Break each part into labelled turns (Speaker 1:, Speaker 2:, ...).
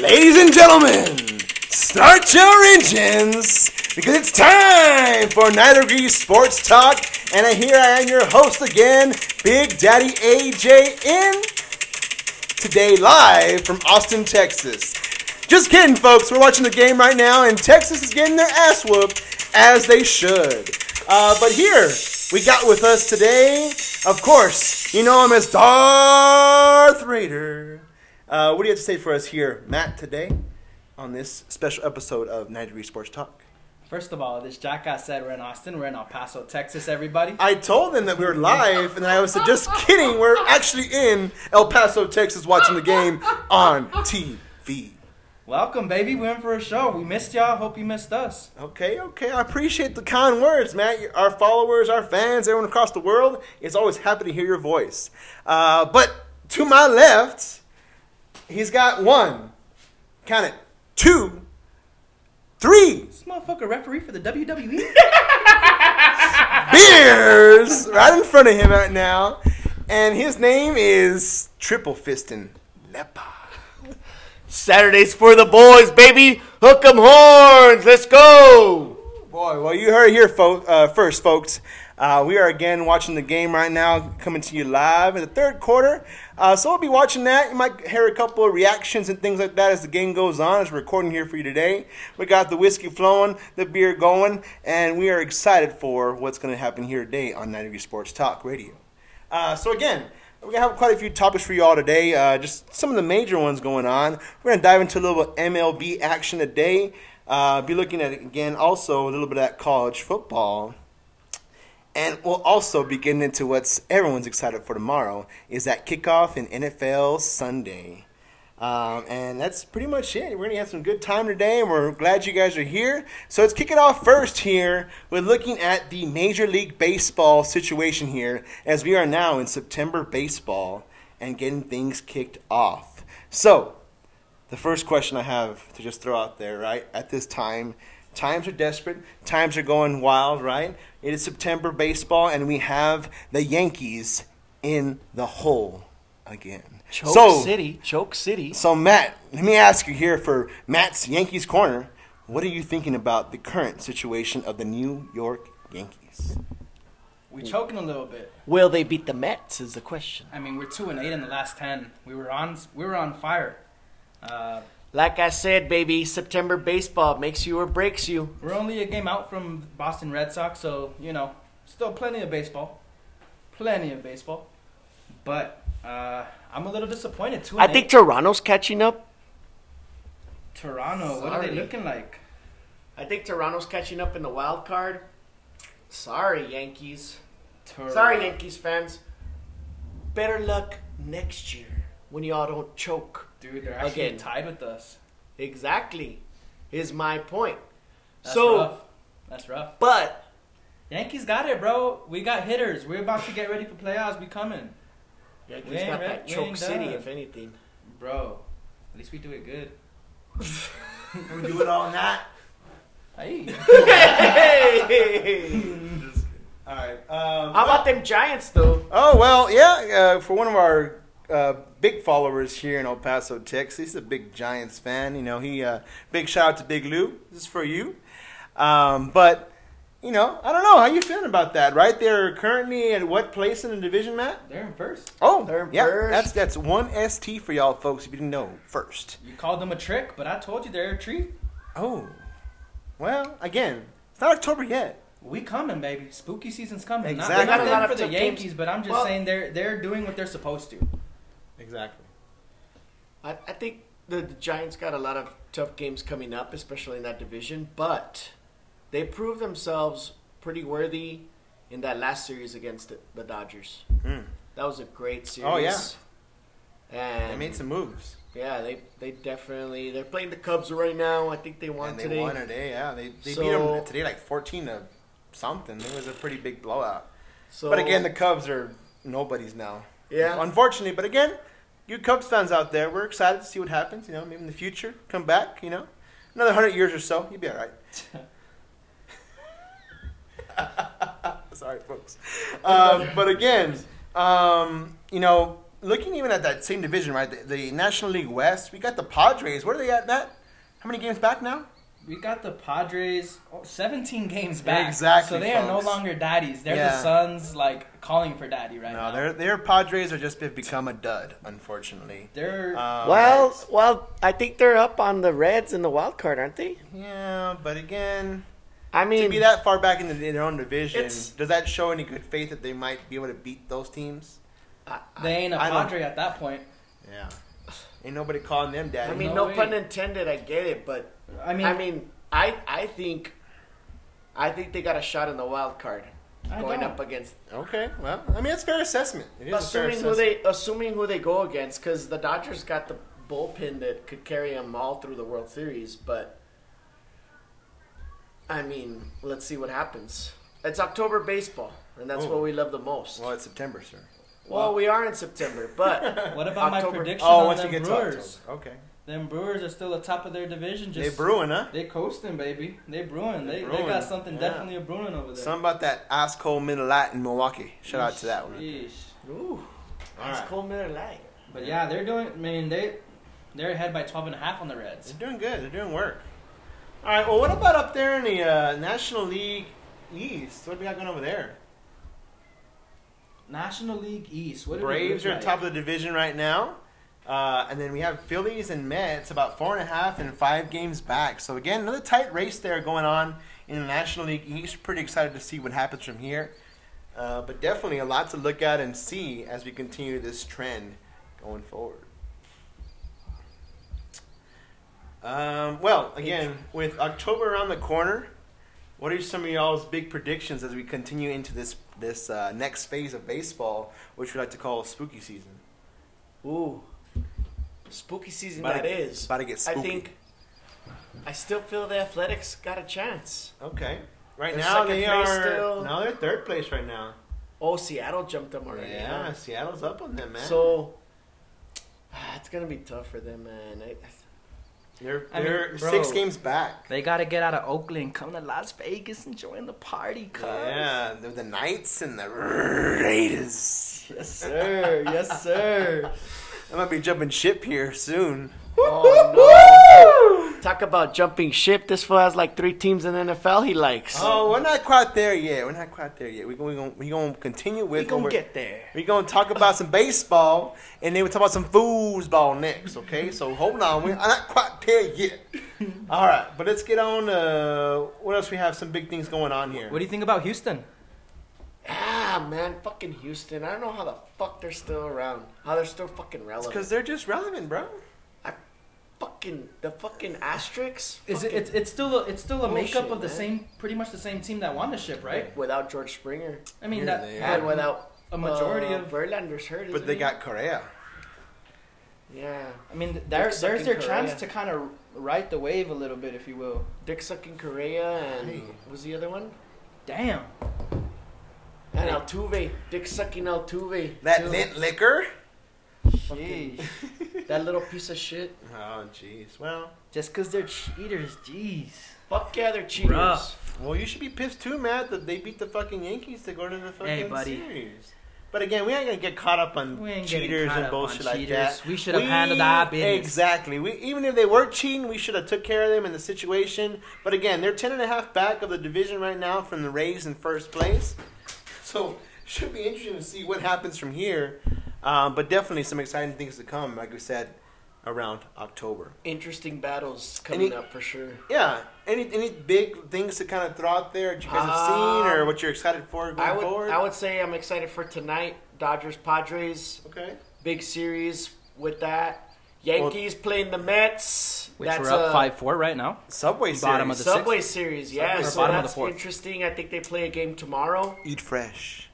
Speaker 1: Ladies and gentlemen, start your engines because it's time for Nine Degree Sports Talk. And here I am, your host again, Big Daddy AJ, in today live from Austin, Texas. Just kidding, folks. We're watching the game right now, and Texas is getting their ass whooped as they should. Uh, but here we got with us today, of course, you know him as Darth Raider. Uh, what do you have to say for us here, Matt, today on this special episode of 90 Degree Sports Talk?
Speaker 2: First of all, this jackass said we're in Austin. We're in El Paso, Texas, everybody.
Speaker 1: I told them that we were live, and I was just kidding. We're actually in El Paso, Texas, watching the game on TV.
Speaker 2: Welcome, baby. We went for a show. We missed y'all. Hope you missed us.
Speaker 1: Okay, okay. I appreciate the kind words, Matt. Our followers, our fans, everyone across the world is always happy to hear your voice. Uh, but to my left, he's got one, count it, two, three
Speaker 2: This motherfucker referee for the E? WWE.
Speaker 1: beers right in front of him right now. And his name is Triple Fistin Lepa.
Speaker 3: Saturdays for the boys, baby. Hook 'em horns. Let's go.
Speaker 1: Boy, well, you heard it here fo- uh, first, folks. Uh, we are again watching the game right now, coming to you live in the third quarter. Uh, so we'll be watching that. You might hear a couple of reactions and things like that as the game goes on. As we're recording here for you today, we got the whiskey flowing, the beer going, and we are excited for what's going to happen here today on 90 Degree Sports Talk Radio. Uh, so again, we're gonna have quite a few topics for you all today. Uh, just some of the major ones going on. We're gonna dive into a little MLB action today. Uh, be looking at again also a little bit at college football, and we'll also be getting into what's everyone's excited for tomorrow is that kickoff in NFL Sunday. Um, and that's pretty much it. We're gonna have some good time today, and we're glad you guys are here. So let's kick it off first here with looking at the Major League Baseball situation here, as we are now in September baseball and getting things kicked off. So the first question I have to just throw out there, right? At this time, times are desperate, times are going wild, right? It is September baseball, and we have the Yankees in the hole again.
Speaker 3: Choke City. Choke City.
Speaker 1: So Matt, let me ask you here for Matt's Yankees corner. What are you thinking about the current situation of the New York Yankees?
Speaker 2: we choking a little bit.
Speaker 3: Will they beat the Mets is the question.
Speaker 2: I mean, we're two and eight in the last ten. We were on. We were on fire. Uh,
Speaker 3: Like I said, baby, September baseball makes you or breaks you.
Speaker 2: we're only a game out from Boston Red Sox, so you know, still plenty of baseball, plenty of baseball. But uh, I'm a little disappointed. Two.
Speaker 3: I
Speaker 2: And
Speaker 3: think
Speaker 2: eight.
Speaker 3: Toronto's catching up.
Speaker 2: Toronto. What are they
Speaker 3: Sorry.
Speaker 2: looking like?
Speaker 3: I think Toronto's catching up in the wild card. Sorry, Yankees.
Speaker 2: Tor-
Speaker 3: Sorry, Yankees fans. Better luck next year when y'all don't choke.
Speaker 2: dude. They're actually
Speaker 3: Again.
Speaker 2: tied with us.
Speaker 3: Exactly, is my point.
Speaker 2: That's
Speaker 3: so,
Speaker 2: rough. That's rough.
Speaker 3: but
Speaker 2: Yankees got it, bro. We got hitters. We're about to get ready for playoffs. We coming,
Speaker 3: Yankees
Speaker 2: We ain't
Speaker 3: got
Speaker 2: re-
Speaker 3: that
Speaker 2: we
Speaker 3: choke
Speaker 2: ain't
Speaker 3: city,
Speaker 2: done.
Speaker 3: if anything.
Speaker 2: bro. At least we do it good.
Speaker 1: We do it all night.
Speaker 2: Hey,
Speaker 3: Hey!
Speaker 1: All right. Um,
Speaker 3: How about them Giants, though?
Speaker 1: oh well, yeah. Uh, for one of our uh, big followers here in El Paso, Texas, he's a big Giants fan. You know, he uh, big shout out to Big Lou. This is for you. Um, but you know, I don't know how you feeling about that, right? They're currently at what place in the division, Matt?
Speaker 2: they're in first.
Speaker 1: Oh,
Speaker 3: They're
Speaker 1: yeah.
Speaker 3: first.
Speaker 1: That's that's one ST for y'all folks. If you didn't know, first.
Speaker 2: You called them a trick, but I told you they're a treat.
Speaker 1: Oh. Well, again, it's not October yet.
Speaker 2: We coming, baby. Spooky season's coming.
Speaker 1: Exactly. They
Speaker 2: Not,
Speaker 1: got a
Speaker 2: nothing
Speaker 3: lot
Speaker 2: for
Speaker 3: of
Speaker 2: the
Speaker 3: tough games.
Speaker 2: Yankees, but I'm just
Speaker 3: Well-
Speaker 2: saying they're they're doing what they're supposed to.
Speaker 1: Exactly.
Speaker 3: I, I think the, the Giants got a lot of tough games coming up, especially in that division, but they proved themselves pretty worthy in that last series against the, the Dodgers.
Speaker 1: Mm.
Speaker 3: That was a great series.
Speaker 1: Oh, yeah.
Speaker 3: And
Speaker 1: They made some moves.
Speaker 3: yeah, they they definitely they're playing the Cubs right now. I think they won
Speaker 1: and they
Speaker 3: today.
Speaker 1: won today, yeah. They, they beat
Speaker 3: So-
Speaker 1: them today like 14 to something. It was a pretty big blowout.
Speaker 3: So
Speaker 1: but again, the Cubs are nobody's now.
Speaker 3: yeah,
Speaker 1: Unfortunately, but again, you Cubs fans out there, we're excited to see what happens. You know, maybe in the future, come back, you know. Another 100 years or so, you'll be all right. Sorry, folks. Um, but again, um, you know, looking even at that same division, right? The, the National League West, we got the Padres. Where are they at? That how many games back now?
Speaker 2: We got the Padres oh, 17 games back.
Speaker 1: Exactly,
Speaker 2: So they are no
Speaker 1: folks.
Speaker 2: longer daddies. They're
Speaker 1: Yeah.
Speaker 2: the sons, like, calling for daddy right now.
Speaker 1: No, their their Padres are just have become a dud, unfortunately.
Speaker 2: They're.
Speaker 1: Um,
Speaker 4: well, well, I think they're up on the Reds in the wild card, aren't they?
Speaker 1: yeah, but again,
Speaker 4: I
Speaker 1: to
Speaker 4: mean,
Speaker 1: be that far back in, the, in their own division,
Speaker 3: It's-
Speaker 1: does that show any good faith that they might be able to beat those teams?
Speaker 2: they ain't a
Speaker 1: I don't-
Speaker 2: Padre at that point.
Speaker 1: Yeah, ain't nobody calling them daddy.
Speaker 3: I mean,
Speaker 2: No
Speaker 3: no,
Speaker 2: way.
Speaker 3: pun intended. I get it, but
Speaker 2: I mean,
Speaker 3: I mean, I I think, I think they got a shot in the wild card
Speaker 2: I
Speaker 3: going
Speaker 2: don't.
Speaker 3: up against,
Speaker 1: okay, well, I mean, it's fair assessment. It is
Speaker 3: assuming
Speaker 1: a fair
Speaker 3: who
Speaker 1: assessment.
Speaker 3: they assuming who they go against, because the Dodgers got the bullpen that could carry them all through the World Series. But I mean, let's see what happens. It's October baseball, and that's
Speaker 1: Ooh.
Speaker 3: what we love the most.
Speaker 1: Oh. Well, it's September, sir.
Speaker 3: Well, we are in September, but
Speaker 2: what about
Speaker 3: October-
Speaker 2: my prediction
Speaker 1: Oh,
Speaker 2: on
Speaker 1: once you
Speaker 2: them
Speaker 1: get
Speaker 2: Brewers?
Speaker 1: to October, okay.
Speaker 2: Them Brewers are still at top of their division. Just
Speaker 1: they brewing, huh?
Speaker 2: They coasting, baby. They brewing.
Speaker 1: They
Speaker 2: They, they,
Speaker 1: brewing.
Speaker 2: got something
Speaker 1: Yeah.
Speaker 2: definitely a brewing over there.
Speaker 1: Something about that ice cold middle light in Milwaukee. Shout out to that one.
Speaker 2: Yeesh.
Speaker 3: ooh,
Speaker 1: All
Speaker 3: it's
Speaker 1: right.
Speaker 3: cold Miller Lite.
Speaker 2: But yeah, they're doing. I mean, they they're ahead by 12 and a half on the Reds.
Speaker 1: They're doing good. They're doing work. All right. Well, what about up there in the uh, National League East? What do we got going over there?
Speaker 2: National League East. What did it
Speaker 1: Braves
Speaker 2: look
Speaker 1: are
Speaker 2: like?
Speaker 1: top of the division right now. Uh, and then we have Phillies and Mets about four and a half and five games back. So, again, another tight race there going on in the National League East. Pretty excited to see what happens from here. Uh, but definitely a lot to look at and see as we continue this trend going forward. Um, well, again, with October around the corner, what are some of y'all's big predictions as we continue into this this uh, next phase of baseball, which we like to call spooky season?
Speaker 3: Ooh, spooky season
Speaker 1: About
Speaker 3: that
Speaker 1: to-
Speaker 3: is.
Speaker 1: about to get
Speaker 3: I
Speaker 1: spooky.
Speaker 3: think I still feel the Athletics got a chance.
Speaker 1: Okay. Right
Speaker 3: They're
Speaker 1: now
Speaker 3: second
Speaker 1: they
Speaker 3: place
Speaker 1: are
Speaker 3: still.
Speaker 1: now they're third place right now.
Speaker 3: Oh, Seattle jumped them already.
Speaker 1: yeah,
Speaker 3: huh?
Speaker 1: Seattle's up on them, man.
Speaker 3: So ah, it's gonna be tough for them, man. I,
Speaker 1: they're
Speaker 2: I mean,
Speaker 1: they're
Speaker 2: bro.
Speaker 1: six games back.
Speaker 2: They gotta get out of Oakland, come to Las Vegas, and join the party, cuz.
Speaker 1: Yeah, the, the Knights and the Raiders.
Speaker 2: Yes, sir. Yes, sir.
Speaker 1: I might be jumping ship here soon.
Speaker 3: oh no! Talk about jumping ship. This fool has like three teams in the NFL he likes.
Speaker 1: Oh, we're not quite there yet. We're not quite there yet. We're going to we gonna continue with
Speaker 3: we gonna
Speaker 1: what we're-
Speaker 3: get there.
Speaker 1: We're gonna talk about some baseball, and then we talk about some foosball next. Okay, so hold on, we're not quite there yet. All right, but let's get on. Uh, what else? We have some big things going on here.
Speaker 2: What do you think about Houston?
Speaker 3: Ah, man, fucking Houston. I don't know how the fuck they're still around. How they're still fucking
Speaker 1: Because
Speaker 3: relevant.
Speaker 1: they're just relevant, bro.
Speaker 3: I fucking the fucking asterisks.
Speaker 2: Is it?
Speaker 3: fucking-
Speaker 2: It's, it's still a, it's still a
Speaker 3: Bullshit,
Speaker 2: makeup of the
Speaker 3: man.
Speaker 2: same, pretty much the same team that won the ship, right?
Speaker 3: without George Springer
Speaker 2: I mean
Speaker 1: Here
Speaker 2: that.
Speaker 1: they
Speaker 2: that-
Speaker 1: are.
Speaker 3: and without
Speaker 2: a majority
Speaker 3: uh,
Speaker 2: of-
Speaker 3: Verlander's hurt.
Speaker 1: But
Speaker 3: isn't
Speaker 1: they
Speaker 3: he?
Speaker 1: got Korea.
Speaker 3: yeah,
Speaker 2: I mean, there,
Speaker 3: Looks like
Speaker 2: there's
Speaker 3: in
Speaker 2: their
Speaker 3: Korea.
Speaker 2: chance to kind of ride the wave a little bit, if you will.
Speaker 3: Dick sucking Correa and
Speaker 1: Hey.
Speaker 3: was the other one?
Speaker 2: Damn.
Speaker 3: And Altuve, Dick sucking Altuve.
Speaker 1: That
Speaker 3: too.
Speaker 1: lint liquor.
Speaker 2: Jeez.
Speaker 3: that little piece of shit.
Speaker 1: Oh, jeez. Well,
Speaker 2: Just because they're cheaters, jeez.
Speaker 3: Fuck yeah, they're cheaters.
Speaker 2: Bruh.
Speaker 1: well, you should be pissed too, Matt, that they beat the fucking Yankees to go to the fucking
Speaker 2: Hey, buddy.
Speaker 1: series. But again, we ain't gonna get caught up on
Speaker 2: We ain't getting
Speaker 1: cheaters
Speaker 2: caught
Speaker 1: and
Speaker 2: up on
Speaker 1: bullshit like
Speaker 2: cheaters.
Speaker 1: that.
Speaker 2: We should have
Speaker 1: We-
Speaker 2: handled our business.
Speaker 1: Exactly. We even if they were cheating, we should have took care of them in the situation. But again, they're ten and a half back of the division right now from the Rays in first place. So should be interesting to see what happens from here. Um, but definitely some exciting things to come, like we said, around October.
Speaker 3: Interesting battles coming
Speaker 1: Any-
Speaker 3: up for sure.
Speaker 1: Yeah. Any any big things to kind of throw out there that you guys have
Speaker 3: Um,
Speaker 1: seen or what you're excited for going
Speaker 3: I would
Speaker 1: forward?
Speaker 3: I would say I'm excited for tonight. Dodgers Padres
Speaker 1: okay.
Speaker 3: big series with that. Yankees playing the Mets. That's uh, a-
Speaker 2: four right now.
Speaker 1: Subway
Speaker 2: Bottom
Speaker 1: series.
Speaker 2: of the
Speaker 3: Subway series, yeah.
Speaker 2: Subway,
Speaker 3: so
Speaker 2: bottom of the
Speaker 3: that's
Speaker 2: fourth.
Speaker 3: interesting. I think they play a game tomorrow.
Speaker 1: Eat fresh.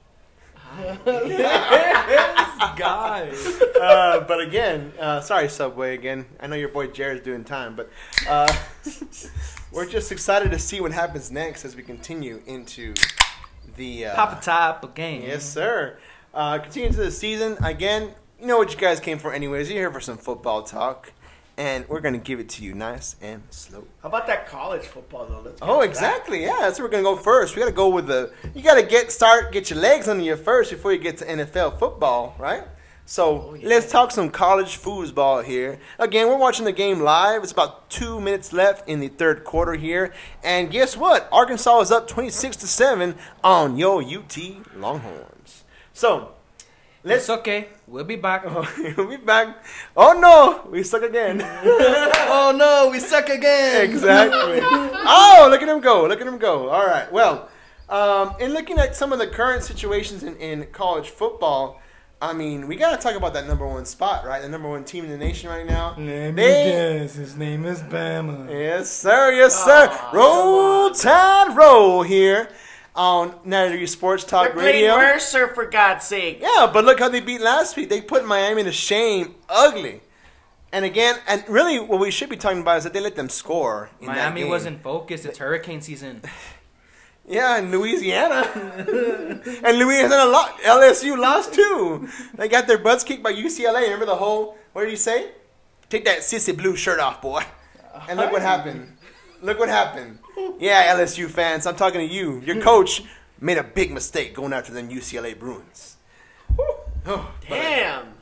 Speaker 1: Ah,
Speaker 2: Guys.
Speaker 1: uh, but again, uh, sorry, Subway. Again, I know your boy Jared's doing time, but uh, we're just excited to see what happens next as we continue into the uh,
Speaker 2: Pop a top a game.
Speaker 1: Yes, sir. Uh, continue to the season again. You know what you guys came for, anyways. You're here for some football talk, and we're gonna give it to you nice and slow.
Speaker 3: How about that college football though? Let's get
Speaker 1: Oh,
Speaker 3: to that.
Speaker 1: exactly. Yeah, that's where we're gonna go first. We gotta go with the. You gotta get start, get your legs under you first before you get to NFL football, right? So
Speaker 3: Oh, yeah.
Speaker 1: let's talk some college foosball here. Again, we're watching the game live. It's about two minutes left in the third quarter here, and guess what? Arkansas is up twenty-six to seven on yo UT Longhorns. So let's
Speaker 2: It's okay. We'll be back.
Speaker 1: we back. Oh no, we suck again.
Speaker 2: oh no, we suck again.
Speaker 1: exactly. Oh, look at him go! Look at him go! All right. Well, um, in looking at some of the current situations in, in college football, I mean, we got to talk about that number one spot, right? The number one team in the nation right now.
Speaker 3: Mm-hmm.
Speaker 1: They-
Speaker 2: His name is Bama.
Speaker 1: Yes, sir. Yes, sir.
Speaker 3: Aw,
Speaker 1: roll Tide, roll here on Natalie Sports
Speaker 3: They're
Speaker 1: Talk
Speaker 3: playing
Speaker 1: Radio.
Speaker 3: Mercer for God's sake.
Speaker 1: Yeah, but look how they beat last week. They put Miami to shame, ugly. And again, and really, what we should be talking about is that they let them score. In that
Speaker 2: Miami
Speaker 1: game.
Speaker 2: wasn't focused. It's hurricane season.
Speaker 1: Yeah, in Louisiana. and Louisiana lost. LSU lost too. They got their butts kicked by UCLA. Remember the whole, what did you say? Take that sissy blue shirt off, boy. And look what happened. Look what happened. Yeah, LSU fans, I'm talking to you. Your coach made a big mistake going after them UCLA Bruins. Oh,
Speaker 3: Damn.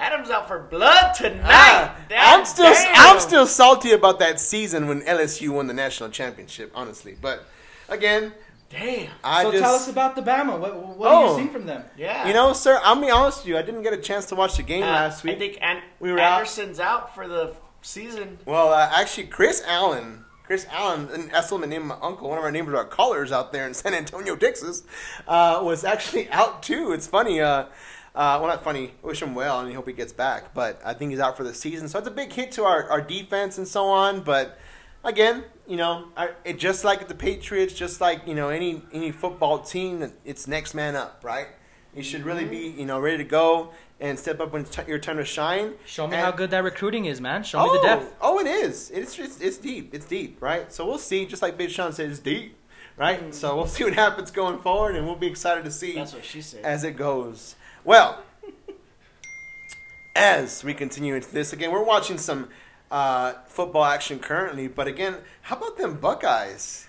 Speaker 3: Adam's out for blood tonight.
Speaker 1: Ah,
Speaker 3: That-
Speaker 1: I'm still
Speaker 3: damn.
Speaker 1: I'm still salty about that season when LSU won the national championship, honestly. But again,
Speaker 3: Damn.
Speaker 1: I
Speaker 2: so
Speaker 1: just
Speaker 2: tell us about the Bama. What, what
Speaker 1: Oh.
Speaker 2: do you see from them?
Speaker 3: Yeah.
Speaker 1: you know, sir, I'll be honest with you. I didn't get a chance to watch the game
Speaker 3: Uh,
Speaker 1: last week.
Speaker 3: I think An-
Speaker 1: we were out.
Speaker 3: Anderson's out for the season.
Speaker 1: well, uh, actually, Chris Allen, Chris Allen, and that's the name of my uncle, one of our neighbors, our callers out there in San Antonio, Texas, uh, was actually out too. It's funny. Uh, uh, well, not funny. Wish him well, and I hope he gets back. But I think he's out for the season, so it's a big hit to our, our defense and so on. But again, you know, I, it just like the Patriots, just like you know any any football team, it's next man up, right? You should really
Speaker 2: Mm-hmm.
Speaker 1: be you know ready to go and step up when it's t- your time to shine.
Speaker 2: Show me
Speaker 1: And-
Speaker 2: how good that recruiting is, man. Show me the depth.
Speaker 1: Oh, it is. It's, it's it's deep. It's deep, right? So we'll see. Just like Big Sean said, it's deep, right? So we'll see what happens going forward, and we'll be excited to see
Speaker 3: That's what she said.
Speaker 1: as it goes. Well, as we continue into this again, we're watching some uh, football action currently. But again, how about them Buckeyes?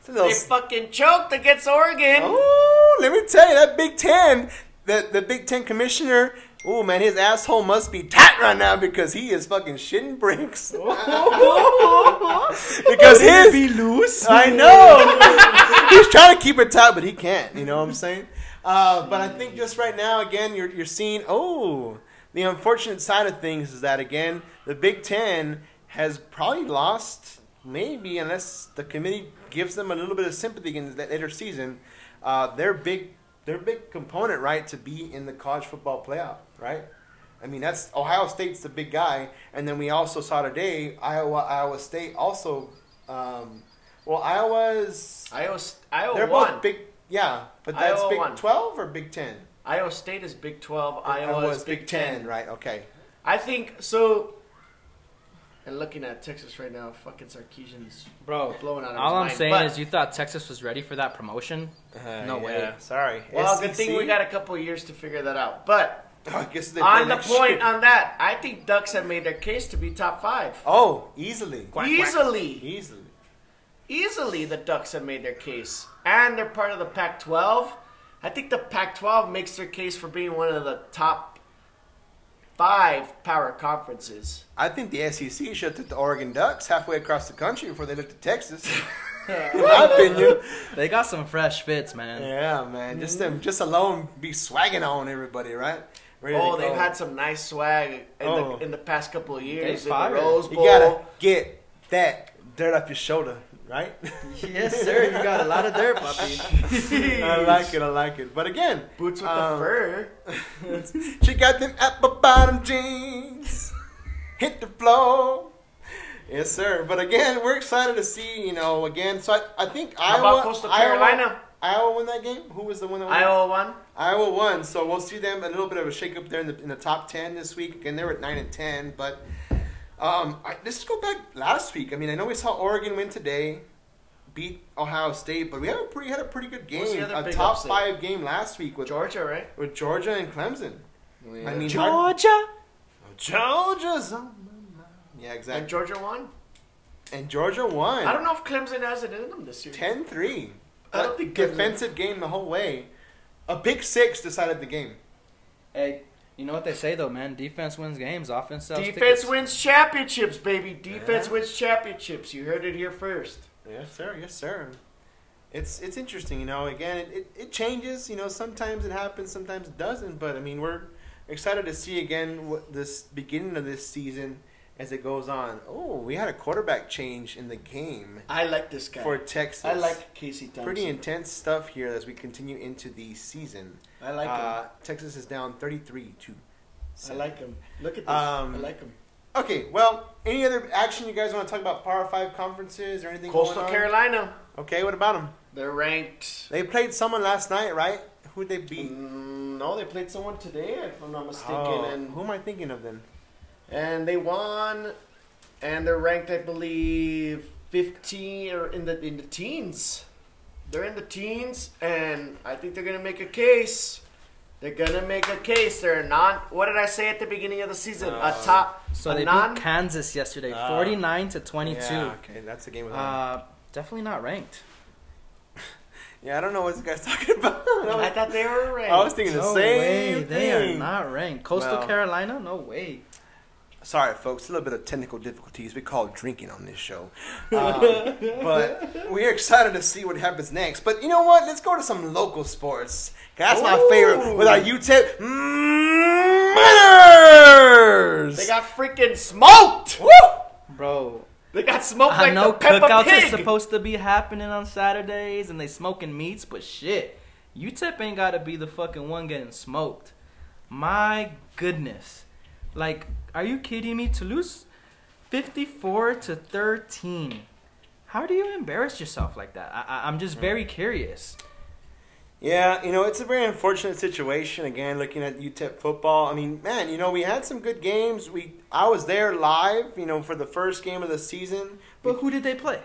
Speaker 1: It's a little
Speaker 3: they fucking choked against Oregon.
Speaker 1: Oh, let me tell you, that Big Ten, the, the Big Ten commissioner, oh man, his asshole must be tight right now because he is fucking shitting bricks. because his be loose. I know. He's trying to keep it tight, but he can't. You know what I'm saying? Uh, but I think just right now, again, you're you're seeing. Oh, the unfortunate side of things is that again, the Big Ten has probably lost. Maybe unless the committee gives them a little bit of sympathy in that later season, uh, their big their big component right to be in the college football playoff right. I mean, that's Ohio State's the big guy, and then we also saw today Iowa, Iowa State also. Um, well, Iowa's
Speaker 3: Iowa, S- Iowa
Speaker 1: they're
Speaker 3: won.
Speaker 1: both big, yeah, but that's
Speaker 3: Iowa
Speaker 1: Big
Speaker 3: won.
Speaker 1: Twelve or Big Ten.
Speaker 3: Iowa State is Big 12. Iowa is Big 10.
Speaker 1: right? Okay,
Speaker 3: I think so. And looking at Texas right now, fucking Sarkeesian's
Speaker 2: Bro,
Speaker 3: blowing out of
Speaker 2: all
Speaker 3: his
Speaker 2: I'm
Speaker 3: mind.
Speaker 2: saying
Speaker 3: But-
Speaker 2: is you thought Texas was ready for that promotion?
Speaker 1: Uh,
Speaker 2: No way.
Speaker 1: Sorry.
Speaker 3: Well, good thing we
Speaker 1: SEC?
Speaker 3: got a couple of years to figure that out. But
Speaker 1: I guess they
Speaker 3: on
Speaker 1: play
Speaker 3: the
Speaker 1: next
Speaker 3: point uh,
Speaker 1: year.
Speaker 3: on that, I think Ducks have made their case to be top five.
Speaker 1: oh, easily,
Speaker 2: Quack, quack.
Speaker 3: easily,
Speaker 1: easily.
Speaker 3: easily, the Ducks have made their case, and they're part of the Pac-12. I think the Pac-12 makes their case for being one of the top five power conferences.
Speaker 1: I think the SEC should have took the Oregon Ducks halfway across the country before they looked at Texas. in my opinion.
Speaker 2: They got some fresh fits, man.
Speaker 1: Yeah, man. Just them, just alone be swagging on everybody, right? Ready to
Speaker 3: Oh, they've
Speaker 1: go.
Speaker 3: had some nice swag in,
Speaker 1: Oh.
Speaker 3: the, in the past couple of years.
Speaker 2: They
Speaker 3: In the
Speaker 2: fired.
Speaker 3: Rose
Speaker 1: You
Speaker 3: Bowl.
Speaker 1: gotta get that dirt off your shoulder, right?
Speaker 2: Yes, sir. You got a lot of dirt, puppy.
Speaker 1: I like it. I like it. But again,
Speaker 3: Boots with
Speaker 1: um,
Speaker 3: the fur.
Speaker 1: She got them apple bottom jeans. Hit the floor. Yes, sir. But again, we're excited to see. You know, again. So I, I think
Speaker 3: How
Speaker 1: Iowa,
Speaker 3: about Coastal
Speaker 1: Iowa-
Speaker 3: Carolina?
Speaker 1: Iowa won that game. Who was the one that won?
Speaker 3: Iowa won.
Speaker 1: Iowa won, so we'll see them a little bit of a shakeup there in the, in the top ten this week. Again, they were at nine and ten, but um, I, let's go back last week. I mean, I know we saw Oregon win today, beat Ohio State, but we had a pretty had a pretty good
Speaker 3: What's the
Speaker 1: game,
Speaker 3: other
Speaker 1: a
Speaker 3: big
Speaker 1: top
Speaker 3: upset?
Speaker 1: five game last week with
Speaker 3: Georgia, right?
Speaker 1: with Georgia and Clemson. I mean, hard-
Speaker 2: Georgia.
Speaker 1: Georgia's on my mind. yeah,
Speaker 3: And
Speaker 1: exactly.
Speaker 3: Georgia won.
Speaker 1: And Georgia won.
Speaker 3: I don't know if Clemson has it in them this year.
Speaker 1: 10 3.
Speaker 3: I don't think Clemson-
Speaker 1: defensive game the whole way. A big six decided the game.
Speaker 2: Hey, You know what they say though, man. Defense wins games. Offense sells
Speaker 5: Defense
Speaker 2: tickets.
Speaker 5: wins championships, baby. Defense
Speaker 1: Yeah.
Speaker 5: wins championships. You heard it here first.
Speaker 1: Yes, sir. Yes, sir. It's it's interesting, you know. Again, it, it, it changes. You know, sometimes it happens, sometimes it doesn't. But I mean, we're excited to see again what this beginning of this season as it goes on. Oh, we had a quarterback change in the game
Speaker 5: I like this guy.
Speaker 1: for Texas.
Speaker 5: I like Casey Thompson.
Speaker 1: pretty intense stuff here as we continue into the season.
Speaker 5: I like
Speaker 1: uh,
Speaker 5: him.
Speaker 1: Texas is down thirty-three to.
Speaker 5: I
Speaker 1: seven.
Speaker 5: like him. Look at this.
Speaker 1: Um,
Speaker 5: I like him.
Speaker 1: Okay, well, any other action you guys want to talk about? Power Five conferences or anything?
Speaker 5: Coastal
Speaker 1: going on?
Speaker 5: Carolina.
Speaker 1: Okay, what about them?
Speaker 5: They're ranked.
Speaker 1: They played someone last night, right? Who'd they beat?
Speaker 5: Mm, no, they played someone today, if I'm not mistaken,
Speaker 1: Oh,
Speaker 5: and
Speaker 1: who am I thinking of then?
Speaker 5: and they won, and they're ranked, I believe, 15 or in the in the teens. They're in the teens, and I think they're gonna make a case. They're gonna make a case. They're not. What did I say at the beginning of the season?
Speaker 1: Uh,
Speaker 5: a top.
Speaker 2: So
Speaker 5: a
Speaker 2: they
Speaker 5: non-
Speaker 2: beat Kansas yesterday,
Speaker 1: Ah.
Speaker 2: 49 to 22.
Speaker 1: Yeah, okay, that's the game of the
Speaker 2: Uh, definitely not ranked.
Speaker 1: Yeah, I don't know what this guy's talking about. I
Speaker 5: I
Speaker 1: was,
Speaker 5: thought they were ranked.
Speaker 1: I was thinking the
Speaker 2: no
Speaker 1: same
Speaker 2: way.
Speaker 1: thing.
Speaker 2: They are not ranked. Coastal
Speaker 1: Well.
Speaker 2: Carolina? No way.
Speaker 1: Sorry, folks, a little bit of technical difficulties. We call it drinking on this show. Uh, but we're excited to see what happens next. But you know what? Let's go to some local sports. 'Cause That's my
Speaker 5: Ooh.
Speaker 1: favorite. With our UTEP Miners!
Speaker 5: They got freaking smoked.
Speaker 1: Woo!
Speaker 2: Bro,
Speaker 5: They got smoked
Speaker 2: I
Speaker 5: like
Speaker 2: know
Speaker 5: the Peppa
Speaker 2: cookouts
Speaker 5: Pig.
Speaker 2: are supposed to be happening on Saturdays and they smoking meats, but shit, UTEP ain't gotta be the fucking one getting smoked. My goodness, like, are you kidding me? Toulouse, fifty-four to thirteen. How do you embarrass yourself like that? I, I, I'm just very curious.
Speaker 1: Yeah, you know, it's a very unfortunate situation. Again, looking at UTEP football, I mean, man, you know, we had some good games. We, I was there live, you know, for the first game of the season.
Speaker 2: But who did they play?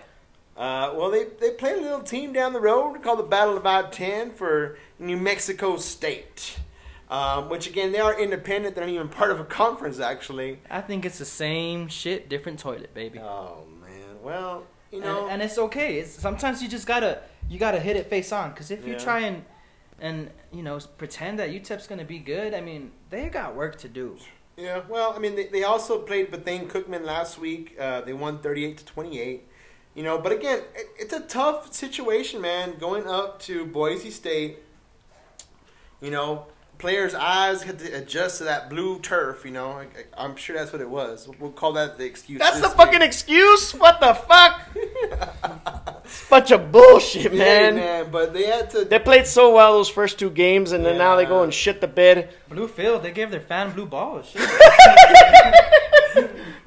Speaker 1: Uh, well, they, they played a little team down the road called the Battle of I 10 for New Mexico State, um, which, again, they are independent. They're not even part of a conference, actually.
Speaker 2: I think it's the same shit, different toilet, baby.
Speaker 1: Oh, man. Well, you
Speaker 2: And-
Speaker 1: know.
Speaker 2: and, it's okay. It's, sometimes you just gotta you gotta hit it face on. Cause if you
Speaker 1: Yeah.
Speaker 2: try and and you know pretend that UTEP's gonna be good, I mean they got work to do.
Speaker 1: Yeah, well, I mean, they, they also played Bethane Cookman last week. Uh, they won 38 to 28. You know, but again, it, it's a tough situation, man, going up to Boise State. You know, players' eyes had to adjust to that blue turf, you know. I, I- I'm sure that's what it was. We'll call that the excuse.
Speaker 3: That's
Speaker 1: this
Speaker 3: the fucking
Speaker 1: week.
Speaker 3: excuse? What the fuck? it's a bunch of bullshit,
Speaker 1: Yeah,
Speaker 3: man.
Speaker 1: man, but they had to.
Speaker 3: They played so well those first two games, and then now they go
Speaker 1: Yeah.
Speaker 3: and shit the bed.
Speaker 2: Blue Field, they gave their fan blue balls. Shit.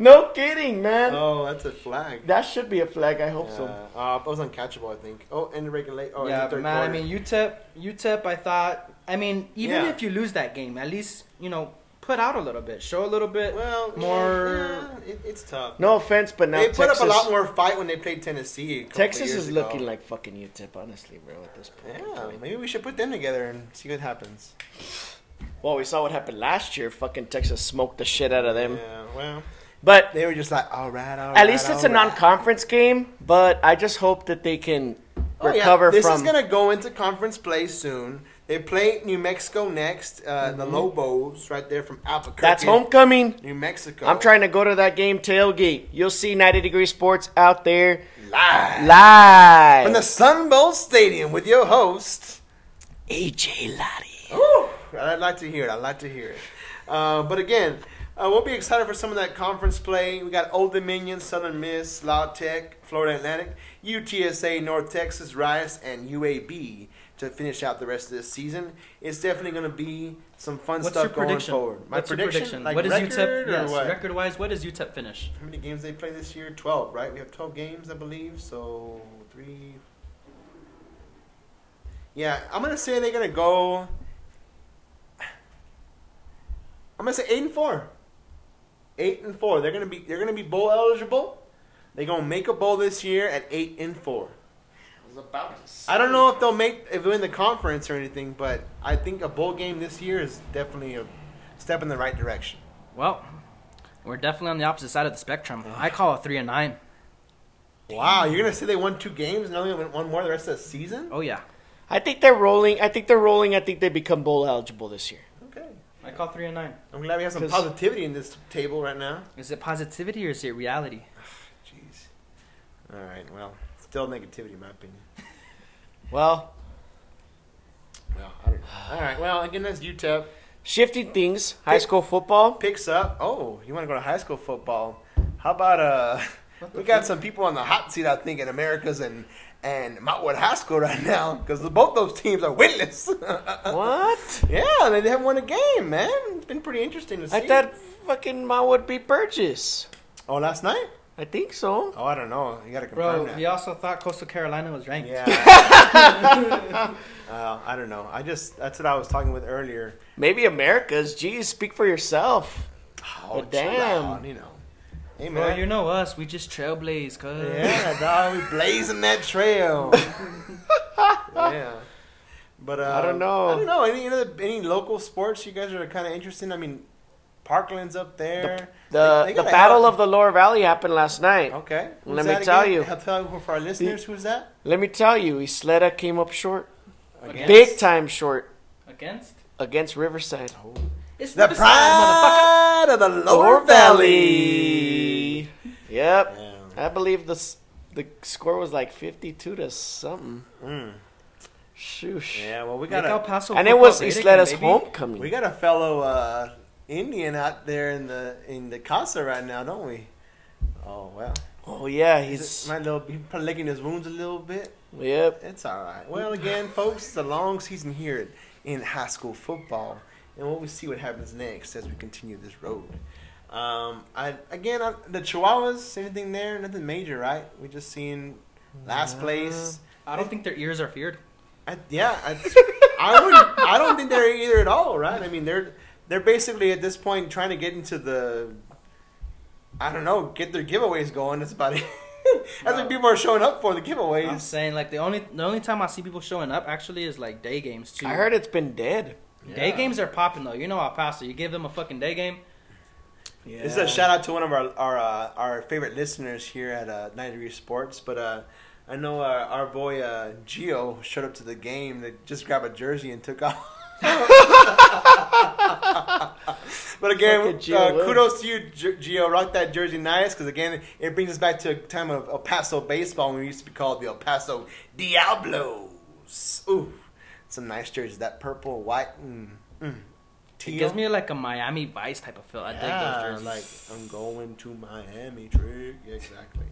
Speaker 3: No kidding, man.
Speaker 1: Oh, that's a flag.
Speaker 3: That should be a flag. I hope
Speaker 1: Yeah.
Speaker 3: so.
Speaker 1: Uh, it was uncatchable, I think. Oh, and regulate. Oh,
Speaker 2: yeah,
Speaker 1: and third
Speaker 2: but man.
Speaker 1: quarter.
Speaker 2: I mean E UTEP, UTEP. I thought. I mean, even
Speaker 1: Yeah.
Speaker 2: if you lose that game, at least you know put out a little bit, show a little bit.
Speaker 1: well,
Speaker 2: more-
Speaker 1: Yeah, it, it's tough.
Speaker 3: No offense, but now
Speaker 1: they put
Speaker 3: Texas,
Speaker 1: up a lot more fight when they played Tennessee. a couple
Speaker 3: Texas
Speaker 1: years
Speaker 3: is
Speaker 1: ago.
Speaker 3: looking like fucking UTEP, honestly, bro. At this point.
Speaker 1: Yeah, maybe we should put them together and see what happens.
Speaker 3: Well, we saw what happened last year. Fucking Texas smoked the shit out of them.
Speaker 1: Yeah, well,
Speaker 3: But
Speaker 1: they were just like, all right, all right.
Speaker 3: at least it's a
Speaker 1: all right."
Speaker 3: non-conference game. But I just hope that they can
Speaker 1: Oh, yeah,
Speaker 3: recover
Speaker 1: This
Speaker 3: from.
Speaker 1: is gonna go into conference play soon. They play New Mexico next. Uh, The Lobos, right there from Albuquerque.
Speaker 3: Mm-hmm. That's homecoming.
Speaker 1: New Mexico.
Speaker 3: I'm trying to go to that game tailgate. You'll see 90 Degree Sports out there
Speaker 1: live
Speaker 3: live.
Speaker 1: from the Sun Bowl Stadium with your host.
Speaker 3: AJ Lottie.
Speaker 1: Ooh, I'd like to hear it. I'd like to hear it. Uh, but again, uh, we'll be excited for some of that conference play. We got Old Dominion, Southern Miss, La Tech, Florida Atlantic, UTSA, North Texas, Rice, and UAB to finish out the rest of this season. It's definitely going to be some fun
Speaker 2: What's
Speaker 1: stuff
Speaker 2: your prediction?
Speaker 1: going forward.
Speaker 2: What's your prediction?
Speaker 1: Like
Speaker 2: what is
Speaker 1: record
Speaker 2: UTEP?
Speaker 1: or
Speaker 2: E Yes,
Speaker 1: what?
Speaker 2: record-wise, what does UTEP finish?
Speaker 1: How many games they play this year? Twelve, right? We have twelve games, I believe. So three. Yeah, I'm gonna say they're gonna go. I'm gonna say eight and four. Eight and four. They're gonna be they're gonna be bowl eligible. They're gonna make a bowl this year at eight and four. I don't know if they'll make if they win the conference or anything, but I think a bowl game this year is definitely a step in the right direction.
Speaker 2: Well, we're definitely on the opposite side of the spectrum. I call a three and nine.
Speaker 1: Wow, you're gonna say they won two games and only won one more the rest of the season?
Speaker 2: Oh yeah,
Speaker 3: I think they're rolling. I think they're rolling. I think they become bowl eligible this year.
Speaker 1: Okay.
Speaker 2: I I call three and nine.
Speaker 1: I'm glad we have some
Speaker 2: 'Cause-
Speaker 1: positivity in this table right now.
Speaker 2: Is it positivity or is it reality?
Speaker 1: Jeez. All right. Well, still negativity, in my opinion.
Speaker 3: Well,
Speaker 1: Well, I don't know. All right. Well, again, that's UTEP.
Speaker 3: shifting things. High school football.
Speaker 1: Picks up. Oh, you want to go to high school football? How about uh? We got some people on the hot seat, I think, in America's and and Mountwood High School right now because both those teams are winless.
Speaker 3: What?
Speaker 1: yeah, they haven't won a game, man. It's been pretty interesting to see.
Speaker 3: I thought fucking my would be Burgess.
Speaker 1: Oh, last night?
Speaker 3: I think so.
Speaker 1: Oh, I don't know. You got to confirm
Speaker 2: Bro,
Speaker 1: that.
Speaker 2: we also thought Coastal Carolina was ranked.
Speaker 1: Yeah. uh, I don't know. I just that's what I was talking with earlier.
Speaker 3: Maybe America's. Geez, speak for yourself.
Speaker 1: Oh,
Speaker 3: But
Speaker 1: chill
Speaker 3: damn.
Speaker 1: out, you know. Hey
Speaker 2: Bro, you
Speaker 1: man.
Speaker 2: know us. We just trailblaze, cuz.
Speaker 1: yeah, dog, we blazing that trail. yeah. But uh,
Speaker 3: I don't know.
Speaker 1: I don't know any other any local sports you guys are kind of interested. in? I mean, Parkland's up there.
Speaker 3: The
Speaker 1: They- they
Speaker 3: the
Speaker 1: gotta Oh.
Speaker 3: Battle
Speaker 1: help.
Speaker 3: of the Lower Valley happened last night.
Speaker 1: Okay. Who's
Speaker 3: Let me
Speaker 1: that
Speaker 3: tell
Speaker 1: again?
Speaker 3: you.
Speaker 1: I'll tell you for our listeners who's that.
Speaker 3: Let me tell you, Isleta came up short,
Speaker 2: Against?
Speaker 3: big time short
Speaker 2: Against?
Speaker 3: against Riverside.
Speaker 2: It's
Speaker 1: The
Speaker 2: Riverside,
Speaker 1: pride
Speaker 2: motherfucker.
Speaker 1: of the Oh. Lower Valley.
Speaker 3: Yep.
Speaker 1: Yeah.
Speaker 3: I believe the s- the score was like 52 to something.
Speaker 1: Mm.
Speaker 3: Shoosh.
Speaker 1: Yeah, well, we
Speaker 2: Make
Speaker 1: got
Speaker 2: El
Speaker 1: a
Speaker 2: Paso
Speaker 3: And it
Speaker 2: football
Speaker 3: was
Speaker 2: great again,
Speaker 3: Isleta's
Speaker 2: baby.
Speaker 3: homecoming.
Speaker 1: we got a fellow uh, Indian out there in the in the casa right now, don't we? Oh well,
Speaker 3: oh yeah,
Speaker 1: he's
Speaker 3: he's
Speaker 1: my little he's probably licking his wounds a little bit.
Speaker 3: yep.
Speaker 1: It's all right. Well, again, folks, it's a long season here in high school football, and we'll see what happens next as we continue this road. Um, I again I, the Chihuahuas, anything there? Nothing major, right? We just seen last place.
Speaker 2: I don't think their ears are feared.
Speaker 1: I, yeah, I, I wouldn't. I don't think they're either at all, right? I mean, they're they're basically at this point trying to get into the. I don't know. Get their giveaways going. That's about it. That's
Speaker 2: Wow.
Speaker 1: what people are showing up for the
Speaker 2: I'm
Speaker 1: giveaways.
Speaker 2: saying like the only the only time I see people showing up actually is like day games too.
Speaker 3: I heard it's been dead.
Speaker 2: day
Speaker 1: Yeah.
Speaker 2: games are popping though. You know El Paso. You give them a fucking day game.
Speaker 3: Yeah.
Speaker 1: This is a shout out to one of our our uh, our favorite listeners here at uh, Nine Degree Sports, but. uh I know our, our boy uh, Gio showed up to the game to just grab a jersey and took off. but again,
Speaker 3: Fucking Gio
Speaker 1: uh,
Speaker 3: Willis.
Speaker 1: kudos to you, G- Gio. Rock that jersey nice because again, it brings us back to a time of El Paso baseball when we used to be called the El Paso Diablos. Ooh, some nice jerseys. That purple, white, mm, mm,
Speaker 2: It
Speaker 1: teal.
Speaker 2: gives me like a Miami Vice type of feel. I dig those jerseys.
Speaker 1: Like I'm going to Miami trick. Yeah, exactly.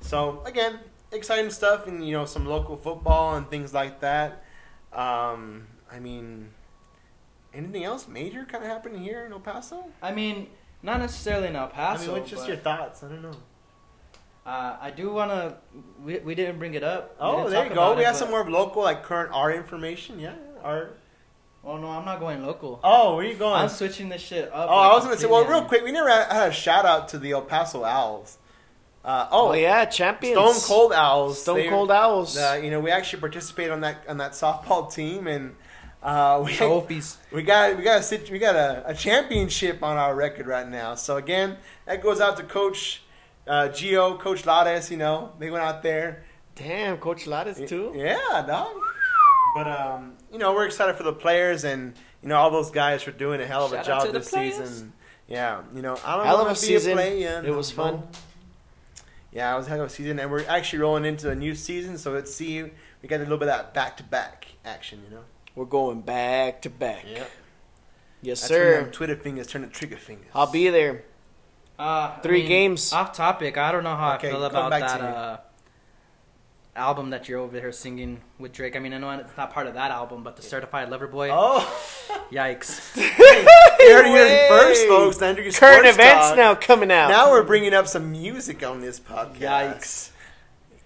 Speaker 1: So again, exciting stuff and you know some local football and things like that. Um, I mean, anything else major kind of happening here in El Paso?
Speaker 2: I mean, not necessarily in El
Speaker 1: I
Speaker 2: Paso.
Speaker 1: mean, what's just
Speaker 2: but,
Speaker 1: your thoughts? I don't know.
Speaker 2: uh, I do want to. We, we didn't bring it up. We
Speaker 1: Oh,
Speaker 2: didn't
Speaker 1: there
Speaker 2: talk
Speaker 1: you
Speaker 2: about
Speaker 1: go. We
Speaker 2: it,
Speaker 1: have
Speaker 2: but-
Speaker 1: some more local, like current art information. Yeah, art.
Speaker 2: Oh no, I'm not going local.
Speaker 1: Oh, where are you going?
Speaker 2: I'm switching this shit up.
Speaker 1: oh,
Speaker 2: like,
Speaker 1: I was gonna say. Well,
Speaker 2: completely.
Speaker 1: real quick, we never had had a shout out to the El Paso Owls. Uh, oh,
Speaker 3: Oh yeah, champions.
Speaker 1: Stone Cold Owls.
Speaker 3: Stone
Speaker 1: They-
Speaker 3: Cold Owls.
Speaker 1: Uh, you know, we actually participated on that on that softball team, and uh, we
Speaker 2: Trophies.
Speaker 1: we got we got a sit- we got a, a championship on our record right now. So again, that goes out to Coach uh, Gio, Coach Lades. You know, they went out there.
Speaker 3: Damn, Coach Lattes too.
Speaker 1: Yeah, dog. But um, you know, we're excited for the players and you know all those guys for doing a hell of a
Speaker 2: Shout out
Speaker 1: job
Speaker 2: to the
Speaker 1: this
Speaker 2: players.
Speaker 1: season. Yeah, you know, I don't
Speaker 3: Hell
Speaker 1: want
Speaker 3: of a
Speaker 1: to be
Speaker 3: season.
Speaker 1: a player.
Speaker 3: It was
Speaker 1: no more.
Speaker 3: fun.
Speaker 1: Yeah, it was a hell of a season, and we're actually rolling into a new season. So let's see, we got a little bit of that back to back action. You know,
Speaker 3: We're going back to back. Yes,
Speaker 1: That's when
Speaker 3: sir.
Speaker 1: them Twitter fingers turn to trigger fingers.
Speaker 3: I'll be there.
Speaker 2: Uh, I
Speaker 3: Three
Speaker 2: mean,
Speaker 3: games.
Speaker 2: Off topic. I don't know how
Speaker 1: Okay,
Speaker 2: I feel
Speaker 1: come
Speaker 2: about
Speaker 1: back to
Speaker 2: that
Speaker 1: me.
Speaker 2: uh, album that you're over here singing with Drake. I mean, I know it's not part of that album, but the Certified Lover Boy.
Speaker 1: Oh,
Speaker 2: Yikes!
Speaker 1: you heard it
Speaker 3: Hey!
Speaker 1: here first, folks. Under your
Speaker 3: Current
Speaker 1: sports
Speaker 3: events
Speaker 1: talk.
Speaker 3: now coming out.
Speaker 1: Now we're bringing up some music on this podcast.
Speaker 3: Yikes.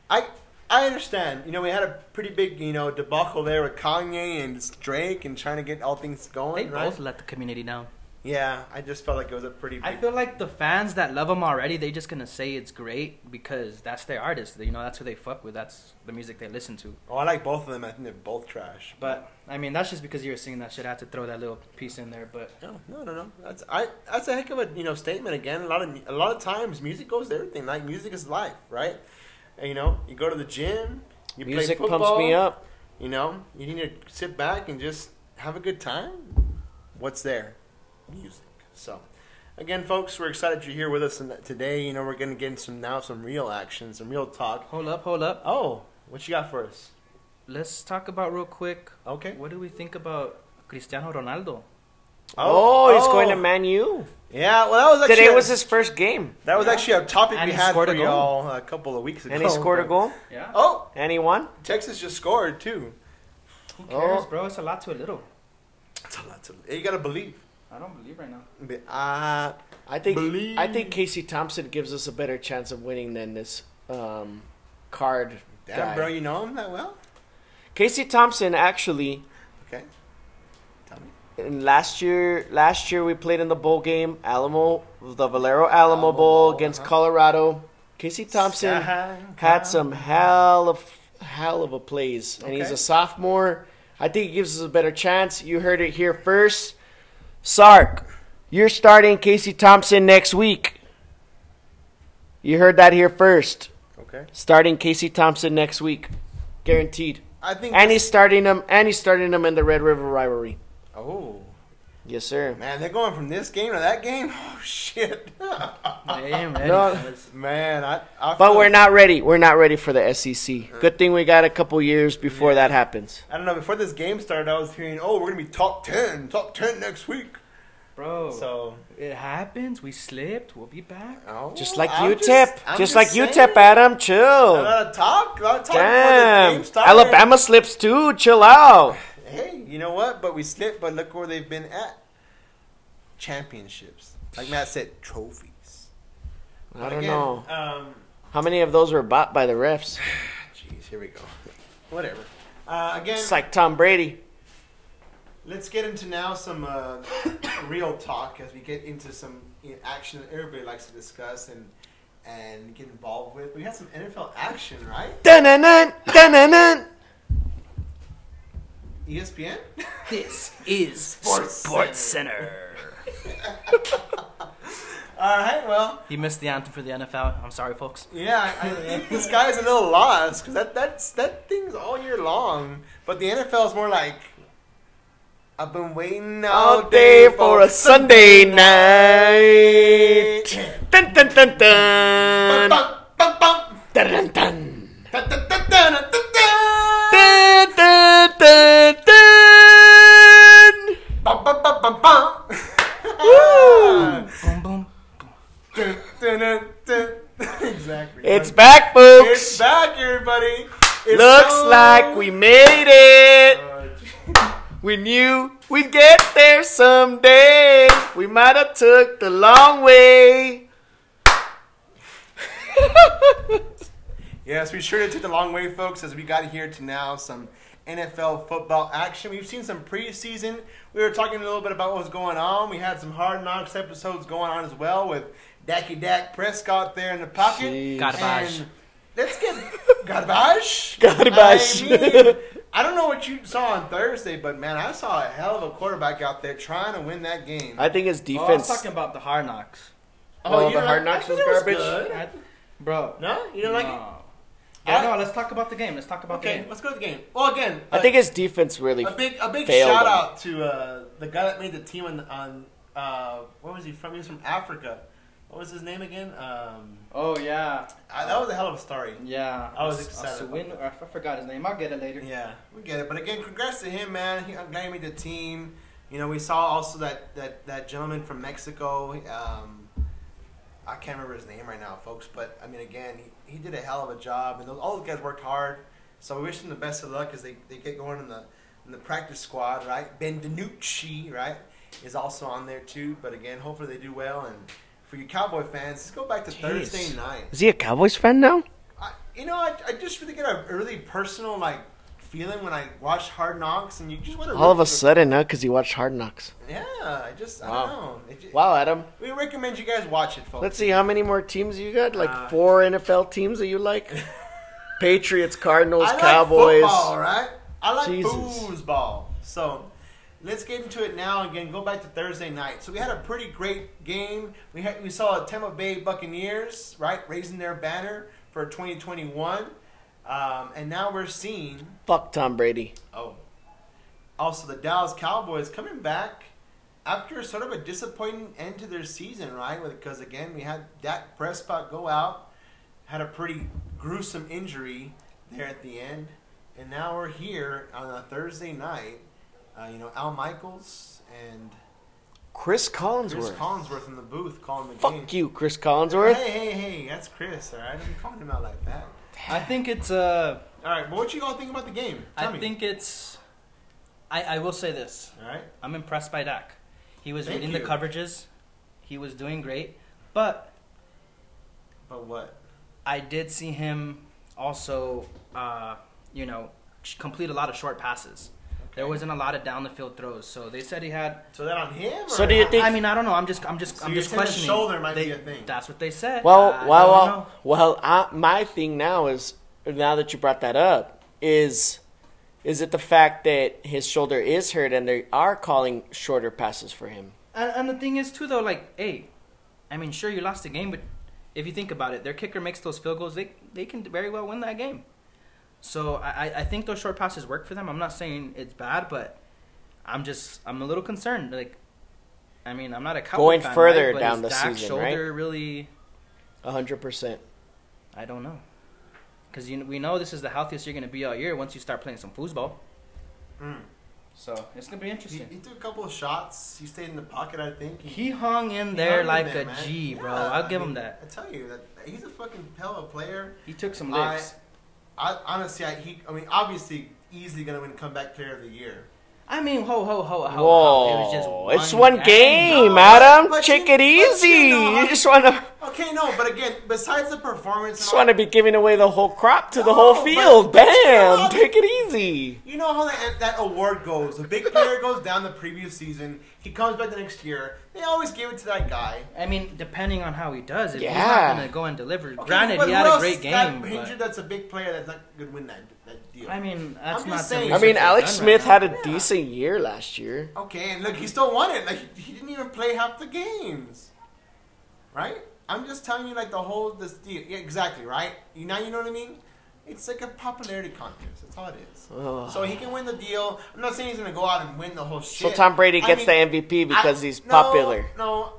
Speaker 1: I I understand. You know, we had a pretty big you know debacle there with Kanye and Drake and trying to get all things
Speaker 2: They
Speaker 1: going. right?
Speaker 2: both let the community down.
Speaker 1: Yeah, I just felt like it was a pretty. Big,
Speaker 2: I feel like the fans that love them already, they just gonna say it's great because that's their artist. You know, that's who they fuck with. That's the music they listen to.
Speaker 1: oh, I like both of them. I think they're both trash.
Speaker 2: But I mean, that's just because you were singing that shit. I had to throw that little piece in there. But
Speaker 1: No, no, no, no. That's I. That's a heck of a you know statement. Again, a lot of a lot of times music goes to everything. Like music is life, right? And, you know, you go to the gym. You
Speaker 3: Music
Speaker 1: play
Speaker 3: pumps me
Speaker 1: football,
Speaker 3: up.
Speaker 1: You know, you need to sit back and just have a good time. What's there? music. So, again, folks, we're excited you're here with us in- today. You know, we're going to get in some now some real action, some real talk.
Speaker 2: Hold up, hold up.
Speaker 1: Oh, what you got for us?
Speaker 2: Let's talk about real quick.
Speaker 1: Okay.
Speaker 2: What do we think about Cristiano Ronaldo?
Speaker 3: Oh, he's
Speaker 1: oh.
Speaker 3: going to Man U.
Speaker 1: Yeah, well, that was actually
Speaker 3: Today was his first game,
Speaker 1: that was actually a topic
Speaker 2: And
Speaker 1: we
Speaker 2: he
Speaker 1: had
Speaker 2: scored
Speaker 1: for
Speaker 2: a goal.
Speaker 1: y'all a couple of weeks ago.
Speaker 3: and he scored a
Speaker 1: but-
Speaker 3: goal,
Speaker 2: Yeah.
Speaker 1: Oh,
Speaker 3: and he won.
Speaker 1: Texas just scored too.
Speaker 2: Who cares,
Speaker 3: Oh.
Speaker 2: bro? It's a lot to a little.
Speaker 1: That's a lot to- You gotta believe.
Speaker 2: I don't believe right now.
Speaker 1: But, uh,
Speaker 3: I think
Speaker 1: Believe.
Speaker 3: I think Casey Thompson gives us a better chance of winning than this um, card
Speaker 1: damn,
Speaker 3: guy.
Speaker 1: bro, you know him that well.
Speaker 3: Casey Thompson actually
Speaker 1: Okay, tell me.
Speaker 3: in last year last year we played in the bowl game Alamo the Valero Alamo,
Speaker 1: Alamo uh-huh.
Speaker 3: Bowl
Speaker 1: Bowl,
Speaker 3: against
Speaker 1: huh?
Speaker 3: Colorado. Casey Thompson
Speaker 1: Uh-huh.
Speaker 3: had some hell of hell of a plays, and he's
Speaker 1: Okay.
Speaker 3: a sophomore. I think he gives us a better chance. You heard it here first. Sark, you're starting Casey Thompson next week. You heard that here first.
Speaker 1: Okay,
Speaker 3: Starting Casey Thompson next week, guaranteed.
Speaker 1: I think.
Speaker 3: And he's starting him. And he's starting him in the Red River rivalry.
Speaker 1: oh
Speaker 3: Yes, sir.
Speaker 1: man, they're going from this game to that game. Oh shit,
Speaker 2: Damn, ready,
Speaker 3: No.
Speaker 2: fellas.
Speaker 1: man. I, I
Speaker 3: But
Speaker 1: feel-
Speaker 3: we're not ready. We're not ready for the SEC. Good thing we got a couple years before that happens.
Speaker 1: I don't know. Before this game started, I was hearing, "Oh, we're gonna be top ten, top ten next week."
Speaker 2: bro.
Speaker 1: So,
Speaker 2: it happens. We slipped. We'll be back.
Speaker 1: oh,
Speaker 3: Just like
Speaker 1: I'm
Speaker 3: you tip.
Speaker 1: I'm
Speaker 3: Just, Uh, like you tip,
Speaker 1: saying.
Speaker 3: Adam.
Speaker 1: A
Speaker 3: Chill.
Speaker 1: lot of talk, a lot of talk before the
Speaker 3: Damn.
Speaker 1: game started.
Speaker 3: Alabama slips too. Chill out.
Speaker 1: Hey, you know what? But we slipped. But look where they've been at. Championships, like Matt said, trophies.
Speaker 3: I
Speaker 1: But
Speaker 3: don't
Speaker 1: again,
Speaker 3: know.
Speaker 1: Um,
Speaker 3: How many of those were bought by the refs?
Speaker 1: jeez, here we go. Whatever. Uh, again,
Speaker 3: It's like Tom Brady.
Speaker 1: let's get into now some uh, real talk as we get into some you know, action that everybody likes to discuss and and get involved with. We had some NFL action, right?
Speaker 3: Dun-dun-dun, dun-dun-dun.
Speaker 1: ESPN.
Speaker 2: This is
Speaker 1: Sports
Speaker 2: Center.
Speaker 1: All right. Well,
Speaker 2: He missed the anthem for the NFL. I'm sorry, folks.
Speaker 1: yeah. I, I think this guy's a little lost because that that's that thing's all year long. But the NFL's more like. I've been waiting all,
Speaker 3: All day for a
Speaker 1: s-
Speaker 3: Sunday night. Dun dun dun dun.
Speaker 1: Bum, bum, bum.
Speaker 3: Dun dun dun.
Speaker 1: Dun, dun, dun, dun, dun, dun, dun.
Speaker 3: Dun dun dun dun.
Speaker 1: Bum, bum, bum, bum, bum.
Speaker 2: Boom, boom.
Speaker 1: Dun, dun, dun, dun. exactly.
Speaker 3: It's
Speaker 1: But
Speaker 3: back,
Speaker 1: it's
Speaker 3: folks.
Speaker 1: back, everybody. It's
Speaker 3: Looks
Speaker 1: so-
Speaker 3: like we made it.
Speaker 1: Uh,
Speaker 3: We knew we'd get there someday. We might have took the long way.
Speaker 1: yes, we sure did take the long way, folks, as we got here to now some NFL football action. We've seen some preseason. We were talking a little bit about what was going on. We had some hard knocks episodes going on as well with Dacky Dak Prescott there in the pocket.
Speaker 3: Jeez.
Speaker 2: Garbage.
Speaker 1: And Let's get garbage.
Speaker 3: Garbage.
Speaker 1: I, mean, I don't know what you saw on Thursday, but man, I saw a hell of a quarterback out there trying to win that game.
Speaker 3: I think it's
Speaker 2: Oh, I was
Speaker 3: defense.
Speaker 2: talking about the hard knocks.
Speaker 3: Oh,
Speaker 1: you
Speaker 3: the
Speaker 1: know,
Speaker 3: hard
Speaker 1: I
Speaker 3: knocks
Speaker 1: thought
Speaker 3: was
Speaker 1: it was
Speaker 3: garbage.
Speaker 1: good.
Speaker 2: I- bro.
Speaker 1: No, you don't like it.
Speaker 2: Yeah,
Speaker 1: I-
Speaker 2: no, let's talk about the game. Let's talk about
Speaker 1: Okay,
Speaker 2: the game.
Speaker 1: let's go to the game. Well, again,
Speaker 3: I
Speaker 1: a-
Speaker 3: think it's defense really.
Speaker 1: a big a big
Speaker 3: failed
Speaker 1: shout
Speaker 3: them.
Speaker 1: out to uh, the guy that made the team on, on uh, where was he from? He was from Africa. What was his name again? Um,
Speaker 2: Oh, yeah.
Speaker 1: I, that was a hell of a story.
Speaker 2: Yeah.
Speaker 1: I was
Speaker 2: Os-
Speaker 1: excited about
Speaker 2: Oswin- I forgot his name. I'll get it later.
Speaker 1: Yeah, we get it. But again, congrats to him, man. He, I'm glad he made the team. You know, we saw also that that, that gentleman from Mexico. Um, I can't remember his name right now, folks. But I mean, again, he, he did a hell of a job, and those, all those guys worked hard. So we wish them the best of luck as they, they get going in the in the practice squad, right? Ben DiNucci, right, is also on there too. But again, hopefully they do well. And for you Cowboy fans, let's go back to Thursday night.
Speaker 3: Is he a Cowboys fan now?
Speaker 1: I, you know, I, I just really get a really personal like feeling when I watch Hard Knocks, and you just want to.
Speaker 3: All of a sudden, huh? Because he watched Hard Knocks.
Speaker 1: Yeah, I just I
Speaker 3: Wow.
Speaker 1: don't know. It ju-
Speaker 3: Wow, Adam.
Speaker 1: We recommend you guys watch it, folks.
Speaker 3: Let's see how many more teams you got. Like
Speaker 1: Uh,
Speaker 3: four NFL teams that you like. Patriots, Cardinals,
Speaker 1: I like
Speaker 3: Cowboys.
Speaker 1: football, right? I like
Speaker 3: Jesus.
Speaker 1: foosball. So let's get into it now. Again, go back to Thursday night. So we had a pretty great game. We had we saw Tampa Bay Buccaneers right raising their banner for 2021, um, and now we're seeing.
Speaker 3: Fuck Tom Brady.
Speaker 1: Oh. Also, the Dallas Cowboys coming back after sort of a disappointing end to their season, right? Because again, we had Dak Prescott go out, had a pretty gruesome injury there at the end, and now we're here on a Thursday night. Uh, you know, Al Michaels and
Speaker 3: Chris Collinsworth.
Speaker 1: Chris Collinsworth in the booth calling the game.
Speaker 3: Fuck you, Chris Collinsworth.
Speaker 1: Hey, hey, hey, that's Chris, all right? I'm calling him out like that.
Speaker 2: I think it's uh,
Speaker 1: All right, but what you all think about the game? Tell
Speaker 2: I
Speaker 1: me.
Speaker 2: think it's. I, I will say this.
Speaker 1: all right.
Speaker 2: I'm impressed by Dak. He was
Speaker 1: Thank
Speaker 2: reading
Speaker 1: you.
Speaker 2: the coverages. He was doing great, but
Speaker 1: But what?
Speaker 2: I did see him also, uh, you know, sh- complete a lot of short passes. There wasn't a lot of down the field throws, so they said he had.
Speaker 1: So that on him?
Speaker 3: So
Speaker 1: or-
Speaker 3: do you think-
Speaker 2: I mean, I don't know. I'm just, I'm just,
Speaker 1: So
Speaker 2: I'm
Speaker 1: you're
Speaker 2: just
Speaker 1: saying the
Speaker 2: questioning.
Speaker 1: shoulder might
Speaker 2: They-
Speaker 1: be a thing.
Speaker 2: That's what they said.
Speaker 3: Well,
Speaker 1: Uh,
Speaker 2: I
Speaker 3: well,
Speaker 2: don't
Speaker 3: well,
Speaker 2: know.
Speaker 3: well. I, my thing now is now that you brought that up is is it the fact that his shoulder is hurt and they are calling shorter passes for him?
Speaker 2: And, and the thing is too though, like, hey, I mean, sure you lost the game, but if you think about it, their kicker makes those field goals. They they can very well win that game. So I I- I think those short passes work for them. I'm not saying it's bad, but I'm just I'm a little concerned. Like, I mean, I'm not a Cowboy
Speaker 3: Going
Speaker 2: fan,
Speaker 3: further
Speaker 2: right? But
Speaker 3: down
Speaker 2: is
Speaker 3: the
Speaker 2: Dak's
Speaker 3: season, right?
Speaker 2: shoulder really.
Speaker 3: A hundred percent.
Speaker 2: I don't know. Because you, we know this is the healthiest you're going to be all year once you start playing some foosball.
Speaker 1: Mm.
Speaker 2: So it's going to
Speaker 1: He,
Speaker 2: be
Speaker 1: he
Speaker 2: interesting.
Speaker 1: took a couple of shots. He stayed in the pocket, I think. He-
Speaker 2: He hung in
Speaker 1: he
Speaker 2: there
Speaker 1: hung in
Speaker 2: like
Speaker 1: there,
Speaker 2: a
Speaker 1: man.
Speaker 2: G, bro.
Speaker 1: Yeah,
Speaker 2: I'll
Speaker 1: I
Speaker 2: give
Speaker 1: mean,
Speaker 2: him that.
Speaker 1: I tell you that he's a fucking hell of a player.
Speaker 2: He took some
Speaker 1: I-
Speaker 2: licks.
Speaker 1: I honestly, I, he, I mean, obviously, easily gonna win comeback player of the year.
Speaker 2: I mean, ho, ho, ho, ho,
Speaker 1: Oh,
Speaker 2: ho.
Speaker 3: Whoa!
Speaker 2: It was just one
Speaker 3: it's one game,
Speaker 1: No,
Speaker 3: Adam.
Speaker 1: but
Speaker 3: Take
Speaker 1: you-
Speaker 3: it
Speaker 1: but you
Speaker 3: easy.
Speaker 1: know,
Speaker 3: You
Speaker 1: I-
Speaker 3: just want to
Speaker 1: Okay, no, but again, besides the performance, and
Speaker 3: just
Speaker 1: all
Speaker 3: want to be giving away the whole crop to the
Speaker 1: No,
Speaker 3: whole
Speaker 1: but-
Speaker 3: field.
Speaker 1: but you know
Speaker 3: Bam!
Speaker 1: what?
Speaker 3: Take it easy.
Speaker 1: You know how that, that award goes. The big player goes down the previous season. He comes back the next year. They always give it to that guy.
Speaker 2: I mean, depending on how he does, if he's
Speaker 3: Yeah.
Speaker 2: not going to go and deliver.
Speaker 1: Okay,
Speaker 2: Granted,
Speaker 1: but
Speaker 2: he
Speaker 1: who
Speaker 2: had a
Speaker 1: else
Speaker 2: great
Speaker 1: got
Speaker 2: game.
Speaker 1: injured
Speaker 2: But,
Speaker 1: that's a big player that's not going to win that, that deal.
Speaker 2: I mean, that's
Speaker 1: I'm
Speaker 2: not
Speaker 1: just
Speaker 2: the
Speaker 1: saying-
Speaker 3: I
Speaker 1: Research
Speaker 3: mean,
Speaker 2: research
Speaker 3: Alex
Speaker 2: they've done
Speaker 3: Smith
Speaker 2: right
Speaker 3: had
Speaker 2: now.
Speaker 3: a decent year last year.
Speaker 1: okay, and look, he still won it. Like he didn't even play half the games, right? I'm just telling you, like the whole this deal. Yeah, exactly, right? You now you know what I mean. It's like a popularity contest. That's all it is.
Speaker 3: Ugh.
Speaker 1: So he can win the deal. I'm not saying he's gonna go out and win the whole shit.
Speaker 3: So Tom Brady
Speaker 1: I
Speaker 3: gets
Speaker 1: mean,
Speaker 3: the MVP because
Speaker 1: I-
Speaker 3: he's
Speaker 1: no,
Speaker 3: popular.
Speaker 1: No,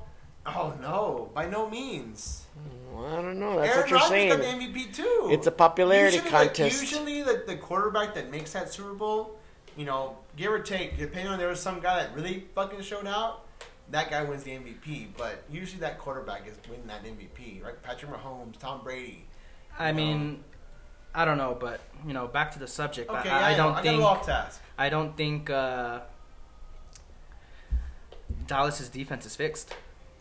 Speaker 1: oh no, by no means.
Speaker 3: Well, I don't know. That's
Speaker 1: Aaron
Speaker 3: what you're
Speaker 1: Rodgers
Speaker 3: saying.
Speaker 1: got the MVP too.
Speaker 3: It's a popularity
Speaker 1: usually,
Speaker 3: contest.
Speaker 1: The, usually, the, the quarterback that makes that Super Bowl, you know, give or take, depending on there was some guy that really fucking showed out, that guy wins the MVP. But usually, that quarterback is winning that MVP, right? Patrick Mahomes, Tom Brady.
Speaker 2: I mean, I don't know, but, you know, back to the subject.
Speaker 1: Okay,
Speaker 2: I, I,
Speaker 1: yeah, I
Speaker 2: don't
Speaker 1: got a
Speaker 2: think.
Speaker 1: little off task.
Speaker 2: I don't think uh, Dallas's defense is fixed.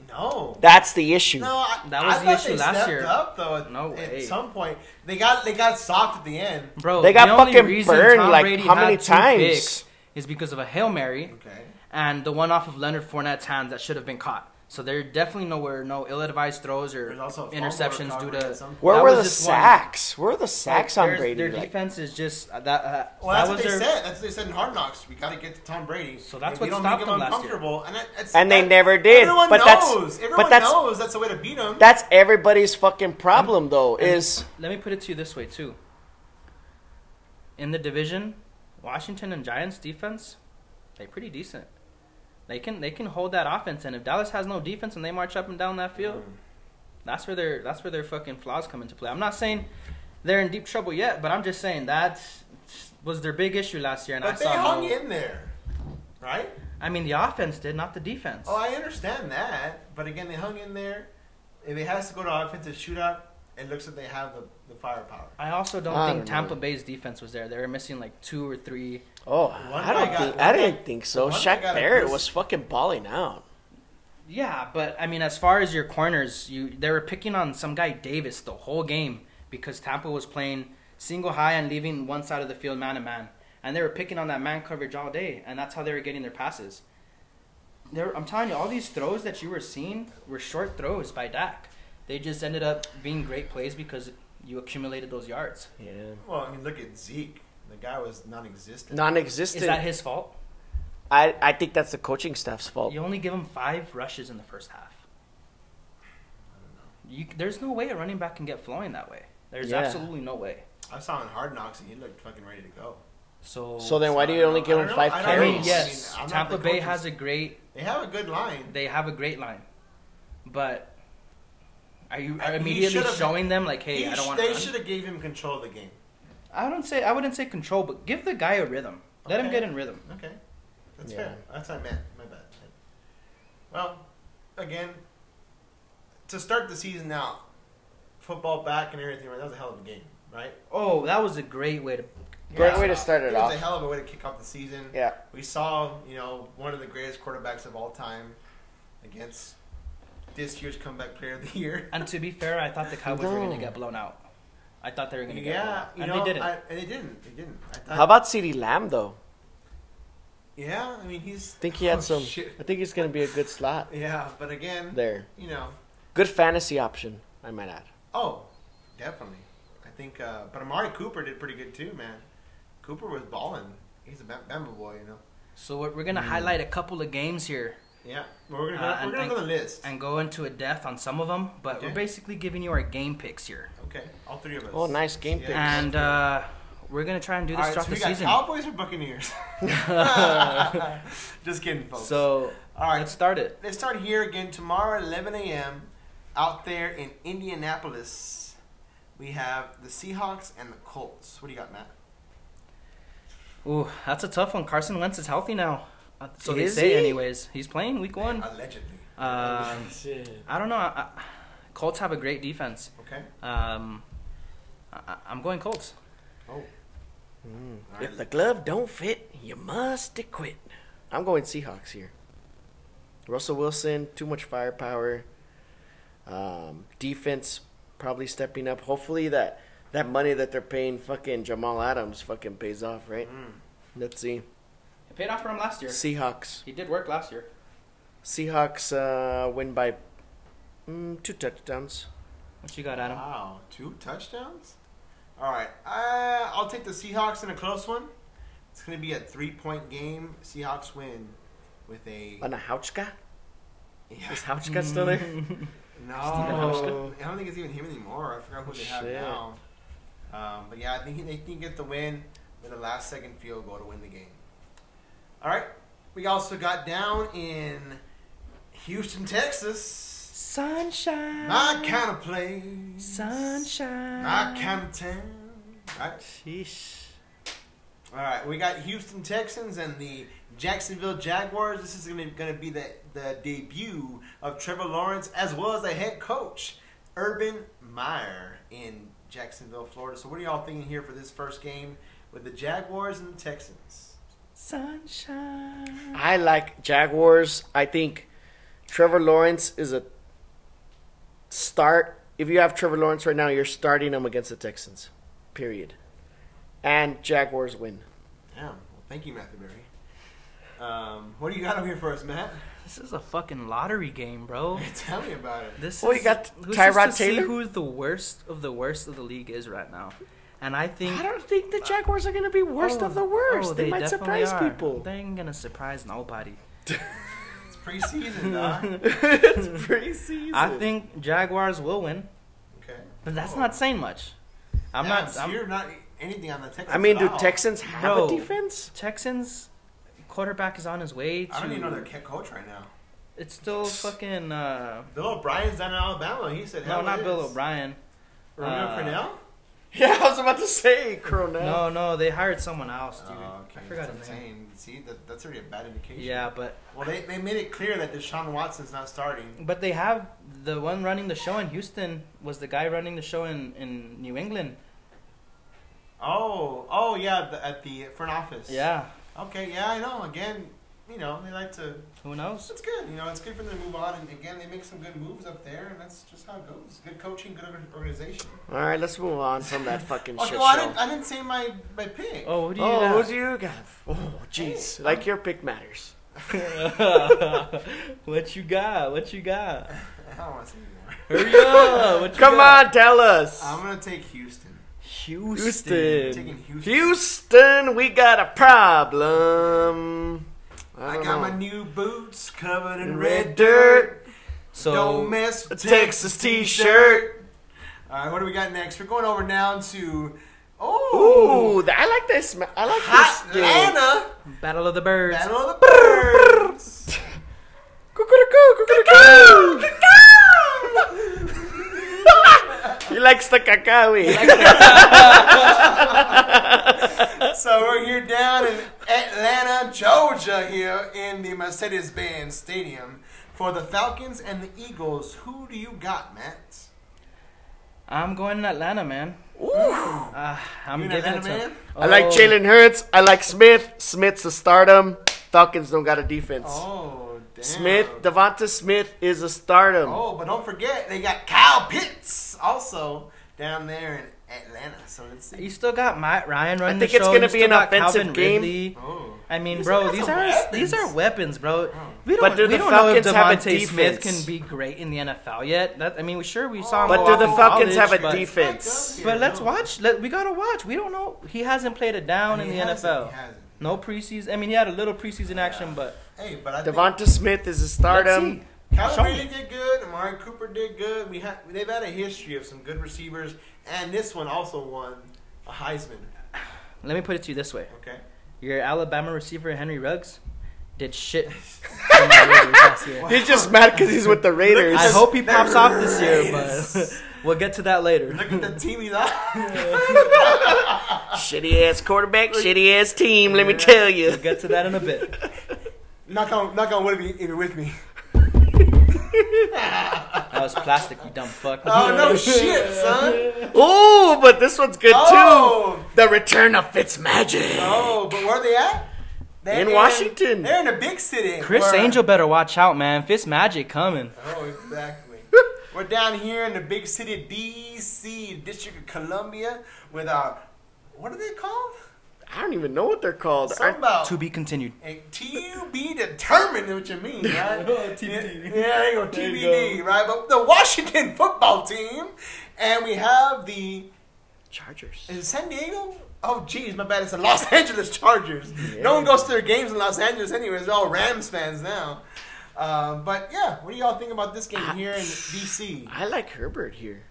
Speaker 1: No.
Speaker 3: That's the issue.
Speaker 1: No, I,
Speaker 2: That was
Speaker 1: I
Speaker 2: the
Speaker 1: thought
Speaker 2: issue
Speaker 1: they
Speaker 2: last
Speaker 1: stepped
Speaker 2: year.
Speaker 1: Up though, at,
Speaker 2: No
Speaker 1: at
Speaker 2: way.
Speaker 1: some point they got they got soft at the end.
Speaker 2: Bro,
Speaker 3: They got
Speaker 2: the only
Speaker 3: fucking
Speaker 2: reason
Speaker 3: burned,
Speaker 2: Tom
Speaker 3: like,
Speaker 2: Brady
Speaker 3: how many
Speaker 2: had two
Speaker 3: times?
Speaker 2: picks is because of a Hail Mary
Speaker 1: Okay.
Speaker 2: and the one off of Leonard Fournette's hands that should have been caught. So there definitely nowhere no ill-advised throws or
Speaker 1: There's also a fumble
Speaker 2: interceptions due
Speaker 1: recovery at
Speaker 2: to
Speaker 1: some point.
Speaker 3: Where
Speaker 2: that
Speaker 3: were
Speaker 2: was
Speaker 3: the
Speaker 2: just one.
Speaker 3: sacks? Where were the sacks on
Speaker 2: Their-
Speaker 3: Brady?
Speaker 2: Their
Speaker 3: Like,
Speaker 2: defense is just uh, that. Uh,
Speaker 1: Well, that's what
Speaker 2: that was
Speaker 1: they
Speaker 2: their,
Speaker 1: said. That's what they said in Hard Knocks. We got to get to Tom Brady.
Speaker 2: So that's
Speaker 1: If
Speaker 2: what
Speaker 1: we don't
Speaker 2: stopped
Speaker 1: make him
Speaker 2: him last year.
Speaker 1: uncomfortable. And, that, that's,
Speaker 3: And they
Speaker 1: that-
Speaker 3: never did.
Speaker 1: Everyone
Speaker 3: But
Speaker 1: knows.
Speaker 3: that's-
Speaker 1: everyone
Speaker 3: but that's-
Speaker 1: knows that's the way to beat him.
Speaker 3: that's everybody's fucking problem, though. Is
Speaker 2: Let me put it to you this way too. In the division, Washington and Giants defense, they're pretty decent. They can they can hold that offense, and if Dallas has no defense and they march up and down that field, that's where their that's where their fucking flaws come into play. I'm not saying they're in deep trouble yet, but I'm just saying that was their big issue last year, and I
Speaker 1: but they
Speaker 2: saw.
Speaker 1: hung
Speaker 2: no-
Speaker 1: in there, right?
Speaker 2: I mean, the offense did, not the defense.
Speaker 1: Oh, I understand that. But again, they hung in there. If it has to go to offensive shootout, it looks like they have the, the firepower.
Speaker 2: I also don't
Speaker 3: I
Speaker 2: think
Speaker 3: don't know.
Speaker 2: Tampa Bay's defense was there. They were missing like two or three.
Speaker 3: oh,
Speaker 1: One
Speaker 3: I don't
Speaker 1: guy got-
Speaker 3: think
Speaker 1: one
Speaker 3: I
Speaker 1: guy-
Speaker 3: didn't think so.
Speaker 1: one guy
Speaker 3: Shaq
Speaker 1: got a
Speaker 3: Barrett
Speaker 1: piece.
Speaker 3: was fucking balling out.
Speaker 2: Yeah, but I mean, as far as your corners, you they were picking on some guy Davis the whole game because Tampa was playing single high and leaving one side of the field man to man, and they were picking on that man coverage all day, and that's how they were getting their passes. There, I'm telling you, all these throws that you were seeing were short throws by Dak. They just ended up being great plays because you accumulated those yards.
Speaker 3: Yeah,
Speaker 1: Well, I mean, look at Zeke. The guy was non-existent.
Speaker 2: Is that
Speaker 3: non-existent.
Speaker 2: his fault?
Speaker 3: I I think that's the coaching staff's fault.
Speaker 2: You only give him five rushes in the first half. You, there's no way a running back can get flowing that way. There's
Speaker 3: Yeah.
Speaker 2: absolutely no way.
Speaker 1: I saw him in Hard Knocks, and he looked fucking ready to go.
Speaker 2: So,
Speaker 3: So then why do you only give
Speaker 1: I
Speaker 3: them
Speaker 1: don't
Speaker 3: five
Speaker 1: know. I
Speaker 2: I
Speaker 1: don't
Speaker 2: mean,
Speaker 1: know.
Speaker 3: carries?
Speaker 2: yes,
Speaker 1: I mean, I'm not
Speaker 2: Tampa
Speaker 1: the
Speaker 2: Bay
Speaker 1: coaches.
Speaker 2: has a great.
Speaker 1: They have a good line.
Speaker 2: They have a great line, but are you
Speaker 1: I-
Speaker 2: are
Speaker 1: he
Speaker 2: immediately
Speaker 1: should've-
Speaker 2: showing them like, hey,
Speaker 1: He
Speaker 2: I
Speaker 1: sh-
Speaker 2: don't want
Speaker 1: they
Speaker 2: to
Speaker 1: should have gave him control of the game.
Speaker 2: I don't say I wouldn't say control, but give the guy a rhythm. Let him
Speaker 1: Okay.
Speaker 2: get in rhythm.
Speaker 1: Okay, that's
Speaker 3: Yeah.
Speaker 1: fair. That's what I meant. My bad. Well, again, to start the season out, football back and everything. Right, that was a hell of a game, right?
Speaker 2: Oh, that was a great way to.
Speaker 3: Great way to start it
Speaker 1: It was a
Speaker 3: off.
Speaker 1: hell of a way to kick off the season.
Speaker 3: Yeah.
Speaker 1: We saw, you know, one of the greatest quarterbacks of all time against this year's comeback player of the year.
Speaker 2: And to be fair, I thought the Cowboys were going
Speaker 3: No.
Speaker 2: to get blown out. I thought they were going to get blown
Speaker 1: Yeah,
Speaker 2: out,
Speaker 1: you
Speaker 2: and
Speaker 1: know,
Speaker 2: they didn't.
Speaker 1: I, and they didn't. They didn't. I thought,
Speaker 3: How about CeeDee Lamb though?
Speaker 1: Yeah, I mean, he's.
Speaker 3: I think he had
Speaker 1: oh,
Speaker 3: some.
Speaker 1: shit.
Speaker 3: I think he's gonna be a good slot
Speaker 1: Yeah, but again,
Speaker 3: there.
Speaker 1: you know,
Speaker 3: Good fantasy option, I might add.
Speaker 1: Oh, definitely. I think, uh, but Amari Cooper did pretty good too, man. Cooper was balling. He's a Bam- Bama boy, you know.
Speaker 2: so we're, we're going
Speaker 1: Mm.
Speaker 2: to highlight a couple of games here
Speaker 1: Yeah, Well, we're gonna
Speaker 2: Uh,
Speaker 1: go,
Speaker 2: and-
Speaker 1: we're gonna go to the list.
Speaker 2: and go into a depth on some of them, but
Speaker 1: Okay.
Speaker 2: we're basically giving you our game picks here,
Speaker 1: Okay, all three of us.
Speaker 3: Oh, nice game
Speaker 1: Yeah.
Speaker 3: pick.
Speaker 2: and uh, we're going to try and do
Speaker 1: All
Speaker 2: this
Speaker 1: right,
Speaker 2: throughout
Speaker 1: so we
Speaker 2: the
Speaker 1: got
Speaker 2: season.
Speaker 1: Cowboys or Buccaneers? Just kidding, folks.
Speaker 2: So
Speaker 1: all right,
Speaker 2: let's start it.
Speaker 1: Let's start here again tomorrow, 11 a.m. Out there in Indianapolis, we have the Seahawks and the Colts. What do you got, Matt?
Speaker 2: Ooh, that's a tough one. Carson Wentz is healthy now, Uh, so they
Speaker 3: Is
Speaker 2: say.
Speaker 3: he?
Speaker 2: Anyways, he's playing week one.
Speaker 1: Allegedly.
Speaker 2: Um, I don't know. I, I, Colts have a great defense.
Speaker 1: Okay.
Speaker 2: Um, I, I- I'm going Colts. Oh.
Speaker 3: If the glove don't fit, you must quit. I'm going Seahawks here. Russell Wilson, too much firepower. Um, defense probably stepping up. Hopefully that that money that they're paying fucking Jamal Adams fucking pays off, right? Let's see.
Speaker 2: It paid off for him last year.
Speaker 3: Seahawks.
Speaker 2: He did work last year.
Speaker 3: Seahawks uh, win by mm, two touchdowns.
Speaker 2: What you got, Adam?
Speaker 1: Wow, two touchdowns? All right, uh, I'll take the Seahawks in a close one. It's going to be a three point game. Seahawks win with a.
Speaker 3: On a Houchka?
Speaker 1: Yeah.
Speaker 3: Is Houchka still there?
Speaker 1: No,
Speaker 2: Hauschka?
Speaker 1: I don't think it's even him anymore. I forgot who they have
Speaker 3: Shit.
Speaker 1: now. Um, but yeah, I think they can get the win with a last second field goal to win the game. All right, we also got down in Houston, Texas.
Speaker 2: Sunshine.
Speaker 1: My kind of place.
Speaker 2: Sunshine.
Speaker 1: My kind of town. All right.
Speaker 3: Sheesh.
Speaker 1: All right, we got Houston Texans and the Jacksonville Jaguars. This is going to be the, the debut of Trevor Lawrence as well as the head coach, Urban Meyer, in Jacksonville, Florida. So, what are y'all thinking here for this first game with the Jaguars and the Texans?
Speaker 2: Sunshine.
Speaker 3: I like Jaguars. I think Trevor Lawrence is a start. If you have Trevor Lawrence right now, you're starting him against the Texans. Period. And Jaguars win.
Speaker 1: Damn. Well, thank you, Matthew Berry. Um, what do you got over here for us, Matt?
Speaker 2: This is a fucking lottery game, bro.
Speaker 1: Tell me about it.
Speaker 2: This
Speaker 3: Well,
Speaker 2: is,
Speaker 3: you got
Speaker 2: who's
Speaker 3: Tyrod
Speaker 2: to see
Speaker 3: Taylor?
Speaker 2: who the worst of the worst of the league is right now, and I think
Speaker 3: I don't think the Jaguars are going to be worst
Speaker 2: Oh,
Speaker 3: of the worst.
Speaker 2: oh,
Speaker 3: they, might
Speaker 2: definitely
Speaker 3: surprise
Speaker 2: are.
Speaker 3: people.
Speaker 2: They ain't gonna surprise nobody.
Speaker 1: It's preseason, dog.
Speaker 3: it's preseason.
Speaker 2: I think Jaguars will win,
Speaker 1: Okay.
Speaker 2: but that's
Speaker 3: Oh.
Speaker 2: not saying much. I'm
Speaker 1: Damn,
Speaker 2: not.
Speaker 1: so
Speaker 2: I'm,
Speaker 1: you're not anything on the Texans.
Speaker 3: I mean,
Speaker 1: at
Speaker 3: do
Speaker 1: all.
Speaker 3: Texans have
Speaker 2: Bro.
Speaker 3: a defense?
Speaker 2: Texans quarterback is on his way to.
Speaker 1: I don't even know their head coach right now.
Speaker 2: It's still fucking. Uh,
Speaker 1: Bill O'Brien's down in Alabama. He said,
Speaker 2: no,
Speaker 1: "Hell,
Speaker 2: not
Speaker 1: it
Speaker 2: Bill
Speaker 1: is."
Speaker 2: O'Brien.
Speaker 1: Romeo
Speaker 2: Uh,
Speaker 1: Cornell?
Speaker 3: Yeah, I was about to say Corona.
Speaker 2: No, no, they hired someone else, dude.
Speaker 1: Oh, okay.
Speaker 2: I forgot
Speaker 1: that's
Speaker 2: his name.
Speaker 1: insane. See, that, that's already a bad indication.
Speaker 2: Yeah, but
Speaker 1: Well, they, they made it clear that Deshaun Watson's not starting.
Speaker 2: but they have the one running the show in Houston was the guy running the show in in New England.
Speaker 1: Oh, oh yeah, the, at the front office.
Speaker 2: Yeah,
Speaker 1: Okay, yeah, I know. Again, you know, they like to.
Speaker 2: who knows?
Speaker 1: It's good. You know, it's good for them to move on. And again, they make some good moves up there, and that's just how it goes. Good coaching, good organ- organization.
Speaker 3: All right, let's move on from that fucking
Speaker 1: Okay,
Speaker 3: shit
Speaker 1: well, I
Speaker 3: show.
Speaker 1: didn't, I didn't say my, my pick.
Speaker 2: Oh, what do you?
Speaker 3: Oh, what
Speaker 2: got?
Speaker 3: do you got? Oh, jeez. Like your pick matters.
Speaker 2: what you got? What you got?
Speaker 1: I don't want to say anymore.
Speaker 2: Hurry up! What you
Speaker 3: Come
Speaker 2: got?
Speaker 3: on, tell us.
Speaker 1: I'm going to take Houston.
Speaker 2: Houston.
Speaker 1: I'm
Speaker 3: Houston.
Speaker 1: taking Houston.
Speaker 3: Houston, we got a problem. I,
Speaker 1: I
Speaker 3: don't
Speaker 1: got
Speaker 3: know.
Speaker 1: my new boots covered in
Speaker 3: Red
Speaker 1: red
Speaker 3: dirt.
Speaker 1: dirt.
Speaker 2: So
Speaker 1: Don't mess
Speaker 3: a
Speaker 1: with
Speaker 3: Texas
Speaker 1: Texas
Speaker 3: t-shirt.
Speaker 1: All right, what do we got next? We're going over now to Oh,
Speaker 3: Ooh, th- I like this. ma- I like this. game.
Speaker 1: Atlanta,
Speaker 2: Battle of the Birds.
Speaker 1: Battle of the Birds.
Speaker 3: Cuckoo, cuckoo. He likes the cacawi.
Speaker 1: so we're here down in Atlanta, Georgia, here in the Mercedes-Benz Stadium for the Falcons and the Eagles. Who do you got, Matt?
Speaker 2: I'm going to Atlanta, man. Ooh. I'm
Speaker 1: You an
Speaker 2: giving it
Speaker 1: Atlanta
Speaker 2: to
Speaker 1: man?
Speaker 3: I like
Speaker 2: Oh,
Speaker 3: Jalen Hurts. I like Smith. Smith's a stardom. Falcons don't got a defense.
Speaker 1: Oh, damn.
Speaker 3: Smith, Devonta Smith is a stardom.
Speaker 1: Oh, but don't forget they got Kyle Pitts also down there in Atlanta. So let's see.
Speaker 2: You still got Matt Ryan running
Speaker 3: think
Speaker 2: the
Speaker 3: it's
Speaker 2: show.
Speaker 3: gonna
Speaker 2: You
Speaker 3: be
Speaker 2: still
Speaker 3: an
Speaker 2: got
Speaker 3: offensive
Speaker 2: Calvin
Speaker 3: game.
Speaker 2: Ridley.
Speaker 1: Oh.
Speaker 2: I mean,
Speaker 1: These
Speaker 2: bro,
Speaker 1: guys
Speaker 2: these
Speaker 1: are
Speaker 2: are
Speaker 1: weapons.
Speaker 2: these are weapons, bro. We don't,
Speaker 3: But do
Speaker 2: we
Speaker 3: the
Speaker 2: don't know if
Speaker 3: Falcons have a
Speaker 2: Devontae Smith
Speaker 3: defense?
Speaker 2: can be great in the NFL yet. That, I mean, we sure we saw him.
Speaker 3: But
Speaker 2: go
Speaker 3: do
Speaker 2: off
Speaker 3: the
Speaker 2: in
Speaker 3: Falcons have
Speaker 2: college,
Speaker 3: a
Speaker 2: but-
Speaker 3: defense?
Speaker 2: But let's watch. Let, we gotta watch. We don't know. He hasn't played a down in the NFL. No preseason. I mean, he had a little preseason action, but
Speaker 1: Hey, but I think
Speaker 3: Devonta Smith is a stardom.
Speaker 2: Let's
Speaker 1: Kyler
Speaker 2: Show
Speaker 1: Murray
Speaker 2: me.
Speaker 1: did good. Amari Cooper did good. We ha- they've had a history of some good receivers, and this one also won a Heisman.
Speaker 2: let me put it to you this way:
Speaker 1: Okay.
Speaker 2: Your Alabama receiver Henry Ruggs did shit. in the Raiders last year.
Speaker 3: He's just mad because he's with the Raiders.
Speaker 2: I hope he
Speaker 1: They're
Speaker 2: pops off this year, but
Speaker 1: Raiders.
Speaker 2: we'll get to that later.
Speaker 1: Look at the team he's on.
Speaker 3: shitty ass quarterback, shitty ass team. Let me tell you.
Speaker 2: We'll get to that in a bit.
Speaker 1: knock on, knock on wood if you- if you're with me.
Speaker 2: That was plastic, you dumb fuck.
Speaker 1: Oh no, shit, son.
Speaker 3: Ooh, but this one's good
Speaker 1: Oh.
Speaker 3: too. The return of Fitzmagic.
Speaker 1: Oh, but where are they at? They're
Speaker 3: In Washington.
Speaker 1: They're in a big city.
Speaker 2: Chris
Speaker 1: Where-
Speaker 2: Angel better watch out, man. Fist Magic coming.
Speaker 1: Oh, exactly. We're down here in the big city, D.C., District of Columbia, with our what are they called?
Speaker 3: I don't even know what they're called.
Speaker 1: Something
Speaker 3: Aren't-
Speaker 1: about
Speaker 2: To be continued.
Speaker 1: a to be determined. What you mean, right?
Speaker 2: Oh, TBD.
Speaker 1: Yeah, there you go,
Speaker 2: There you
Speaker 1: TBD, right? But the Washington football team, and we have the
Speaker 3: Chargers.
Speaker 1: is it San Diego. Oh, geez, my bad. It's the Los Angeles Chargers. No one goes to their games in Los Angeles, anyways. They're all Rams fans now. Uh, but yeah, what do y'all think about this game here in D.C.?
Speaker 3: I like Herbert here.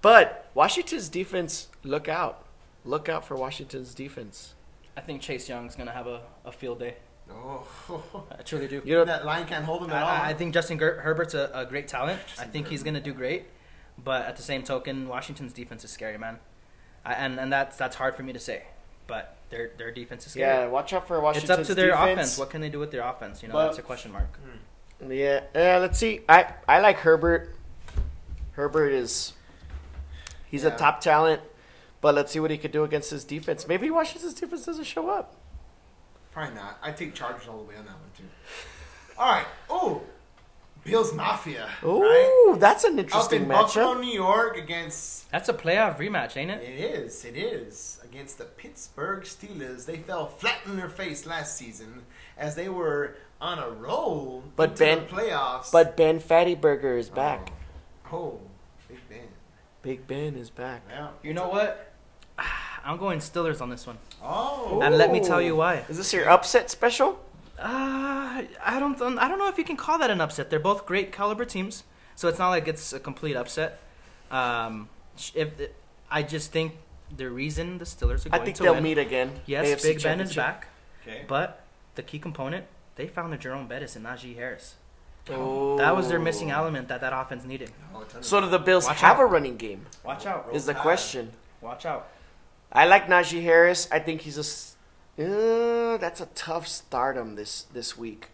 Speaker 3: But Washington's defense, look out. Look out for Washington's defense.
Speaker 2: I think Chase Young's gonna have a, a field day.
Speaker 1: Oh,
Speaker 2: I truly do.
Speaker 3: You know,
Speaker 1: that line can't hold him
Speaker 2: I,
Speaker 1: at all.
Speaker 2: I- I think Justin Ger- Herbert's a, a great talent. I think he's gonna do great. But at the same token, Washington's defense is scary, man. I, and and that's that's hard for me to say. But their their defense is
Speaker 3: yeah,
Speaker 2: scary.
Speaker 3: watch out for
Speaker 2: it's
Speaker 3: Washington's
Speaker 2: up to their
Speaker 3: defense.
Speaker 2: offense. What can they do with their offense? You know,
Speaker 3: But-
Speaker 2: that's a question mark.
Speaker 3: Yeah, yeah. Let's see. I I like Herbert. Herbert is he's
Speaker 1: Yeah.
Speaker 3: a top talent, but let's see what he could do against his defense. Maybe Washington's defense doesn't show up.
Speaker 1: Probably not. I take Chargers all the way on that one too. All right. Oh, Bills Mafia.
Speaker 3: Ooh,
Speaker 1: Right?
Speaker 3: that's an
Speaker 1: Up
Speaker 3: interesting
Speaker 1: in
Speaker 3: matchup.
Speaker 1: Buffalo, New York, against
Speaker 2: That's a playoff rematch, ain't
Speaker 1: it
Speaker 2: it?
Speaker 1: is, it is against the Pittsburgh Steelers. They fell flat in their face last season as they were on a roll
Speaker 3: But
Speaker 1: into
Speaker 3: Ben-
Speaker 1: the playoffs.
Speaker 3: But Ben Fattyburger is back.
Speaker 1: oh, Big Ben.
Speaker 3: Big Ben is back.
Speaker 1: Yeah.
Speaker 2: You know what? I'm going Steelers on this one.
Speaker 1: Oh,
Speaker 2: And let me tell you why.
Speaker 3: Is this your upset special?
Speaker 2: Uh, I don't. I don't know if you can call that an upset. They're both great caliber teams, so it's not like it's a complete upset. Um, sh- if I just think the reason the Steelers are
Speaker 3: I
Speaker 2: going
Speaker 3: think
Speaker 2: to
Speaker 3: they'll
Speaker 2: win,
Speaker 3: meet again.
Speaker 2: yes,
Speaker 3: AFC
Speaker 2: Big Ben is
Speaker 3: Championship.
Speaker 2: back,
Speaker 1: okay.
Speaker 2: but the key component they found the Jerome Bettis and Najee Harris.
Speaker 3: Oh.
Speaker 2: That was their missing element that that offense needed.
Speaker 1: Oh, tell me.
Speaker 3: So do the Bills
Speaker 2: Watch
Speaker 3: have
Speaker 2: out.
Speaker 3: a running game?
Speaker 2: Watch out,
Speaker 3: Is the
Speaker 1: Tide.
Speaker 3: question.
Speaker 2: watch out.
Speaker 3: I like Najee Harris. I think he's a. s- Uh, that's a tough stardom this this week.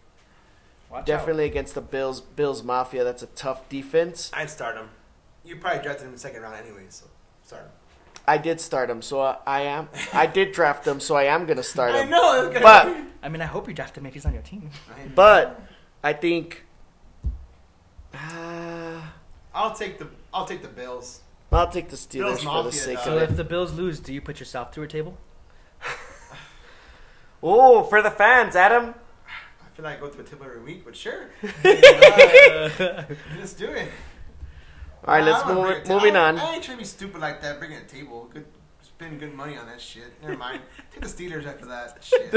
Speaker 2: Watch
Speaker 3: Definitely against the Bills Bills Mafia. That's a tough defense.
Speaker 1: I'd start him. You probably drafted him in the second round anyway, so start him.
Speaker 3: I did start him, so I, I am. I did draft him, so I am gonna start
Speaker 1: I
Speaker 3: him.
Speaker 1: know. that's
Speaker 3: But
Speaker 1: gonna-
Speaker 2: I mean, I hope you draft him if he's on your team.
Speaker 3: but I think. Uh,
Speaker 1: I'll take the I'll take the Bills.
Speaker 3: I'll take the Steelers
Speaker 1: Bills
Speaker 3: for
Speaker 1: Mafia,
Speaker 3: the sake
Speaker 2: So
Speaker 1: dog.
Speaker 3: of
Speaker 2: if
Speaker 3: it.
Speaker 2: the Bills lose, do you put yourself through a table?
Speaker 3: Oh, for the fans, Adam.
Speaker 1: I feel like I go through a tip every week, but sure. Let's do it.
Speaker 3: All right, let's
Speaker 1: I don't wanna bring
Speaker 3: move.
Speaker 1: a ta-
Speaker 3: Moving
Speaker 1: I-
Speaker 3: on.
Speaker 1: I ain't trying to be stupid like that. Bringing a table, good, spend good money on that shit. Never mind. Take the Steelers after that shit.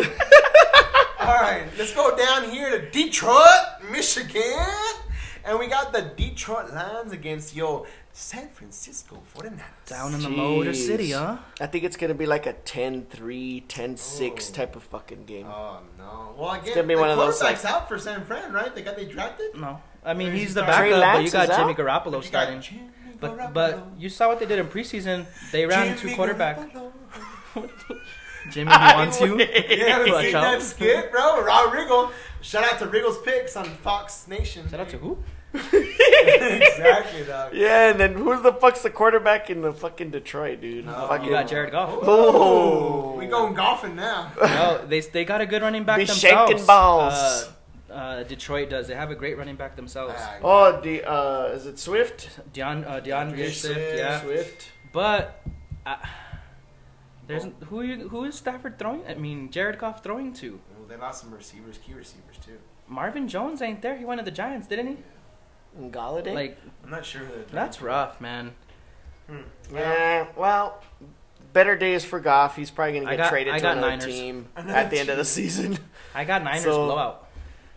Speaker 1: All right, let's go down here to Detroit, Michigan, and we got the Detroit Lions against yo San Francisco 49ers.
Speaker 2: Down in the Motor
Speaker 3: Jeez.
Speaker 2: City, huh?
Speaker 3: I think it's gonna be like a 10-3, 10-6
Speaker 1: Oh.
Speaker 3: type of fucking game.
Speaker 1: Oh no! Well, again,
Speaker 3: gonna be
Speaker 1: the
Speaker 3: one of those,
Speaker 1: quarterback's out for San Fran, right? The guy they drafted.
Speaker 2: No. I mean,
Speaker 1: Where
Speaker 2: he's
Speaker 1: is
Speaker 2: the
Speaker 1: he
Speaker 2: backup,
Speaker 3: starting?
Speaker 2: but you
Speaker 3: Trey Lance
Speaker 2: got
Speaker 3: is
Speaker 2: Jimmy
Speaker 3: out?
Speaker 1: But you
Speaker 2: Garoppolo
Speaker 1: got
Speaker 2: starting.
Speaker 1: Jimmy
Speaker 2: But but
Speaker 1: Garoppolo.
Speaker 2: you saw what they did in preseason. They ran two
Speaker 1: Jimmy
Speaker 2: quarterback.
Speaker 1: Garoppolo.
Speaker 2: Jimmy, you want to?
Speaker 1: You haven't
Speaker 2: Watch
Speaker 1: seen
Speaker 2: out.
Speaker 1: that skit, bro? Rob Riggle. Shout out to Riggle's Picks on Fox Nation.
Speaker 2: Shout out to who?
Speaker 1: exactly, dog.
Speaker 3: Yeah, and then who's the fuck's the quarterback in the fucking Detroit, dude?
Speaker 1: No.
Speaker 3: Fucking
Speaker 2: You got Jared Goff.
Speaker 1: Oh, we going golfing now.
Speaker 2: no, they they got a good running back
Speaker 3: Be
Speaker 2: themselves.
Speaker 3: shanking balls.
Speaker 2: Uh, uh, Detroit does. They have a great running back themselves.
Speaker 3: Oh, the uh, is it Swift?
Speaker 2: Deion, uh, DeAndre Swift, yeah.
Speaker 3: Swift.
Speaker 2: But uh, there's who are you, who is Stafford throwing? I mean, Jared Goff throwing to?
Speaker 1: Well, they lost some receivers, key receivers too.
Speaker 2: Marvin Jones ain't there. He went to the Giants, didn't he?
Speaker 3: Galladay.
Speaker 2: Like
Speaker 1: I'm not sure who they're
Speaker 2: that's rough, man.
Speaker 3: yeah. Well, better days for Goff. He's probably gonna
Speaker 2: I
Speaker 3: get
Speaker 2: got-
Speaker 3: traded
Speaker 2: I
Speaker 3: to
Speaker 2: got
Speaker 3: another
Speaker 2: Niners.
Speaker 3: team
Speaker 1: Another
Speaker 3: at the end of the season.
Speaker 2: I got Niners
Speaker 3: So-
Speaker 2: blowout.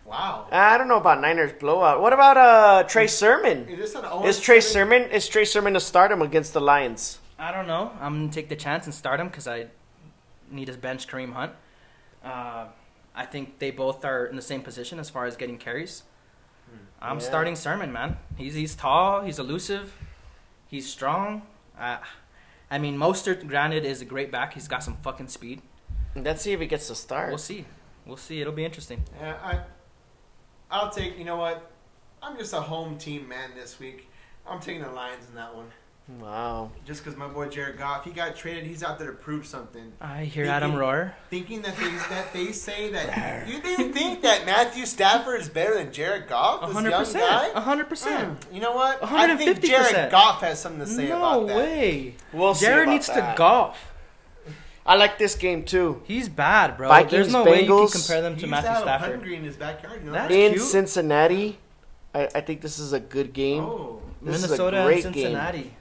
Speaker 1: Wow.
Speaker 3: I don't know about Niners blowout. What about uh Trey Sermon?
Speaker 1: Is this an O?
Speaker 3: Is Oh, Trey Sermon is Trey Sermon to start him against the Lions?
Speaker 2: I don't know. I'm gonna take the chance and start him because I need to bench Kareem Hunt. Uh, I think they both are in the same position as far as getting carries. I'm
Speaker 1: Hmm.
Speaker 3: Yeah.
Speaker 2: starting Sermon, man. He's he's tall. He's elusive. He's strong. Uh, I mean, Mostert, granted, is a great back. He's got some fucking speed.
Speaker 3: Let's see if he gets to start.
Speaker 2: We'll see. We'll see. It'll be interesting.
Speaker 1: Yeah, I, I'll take. You know what? I'm just a home team man this week. I'm taking the Lions in that one.
Speaker 3: Wow.
Speaker 1: Just because my boy Jared Goff, he got traded. He's out there to prove something.
Speaker 2: I hear
Speaker 1: Thinking-
Speaker 2: Adam roar.
Speaker 1: Thinking that they that they say that you didn't think that Matthew Stafford is better than Jared Goff, this
Speaker 2: hundred
Speaker 1: young
Speaker 2: percent.
Speaker 1: guy.
Speaker 2: hundred percent.
Speaker 1: Mm, you know what? I think
Speaker 2: 150%.
Speaker 1: Jared Goff has something to Hmm. say
Speaker 2: No
Speaker 1: about that.
Speaker 2: way.
Speaker 3: We'll see
Speaker 2: Jared
Speaker 3: about
Speaker 2: needs to
Speaker 3: that.
Speaker 2: golf.
Speaker 3: I like this game too.
Speaker 2: He's bad, bro.
Speaker 3: Vikings,
Speaker 2: There's no way you can
Speaker 3: Bengals.
Speaker 2: compare them
Speaker 1: He
Speaker 2: to
Speaker 1: used
Speaker 2: Matthew
Speaker 1: to have a
Speaker 2: Stafford.
Speaker 1: hungry in his backyard. You know
Speaker 2: That's
Speaker 3: in
Speaker 2: cute.
Speaker 3: Cincinnati. I, I think this is a good game.
Speaker 1: Oh,
Speaker 3: This is a
Speaker 2: Minnesota
Speaker 3: great
Speaker 2: and
Speaker 3: game.
Speaker 2: Cincinnati.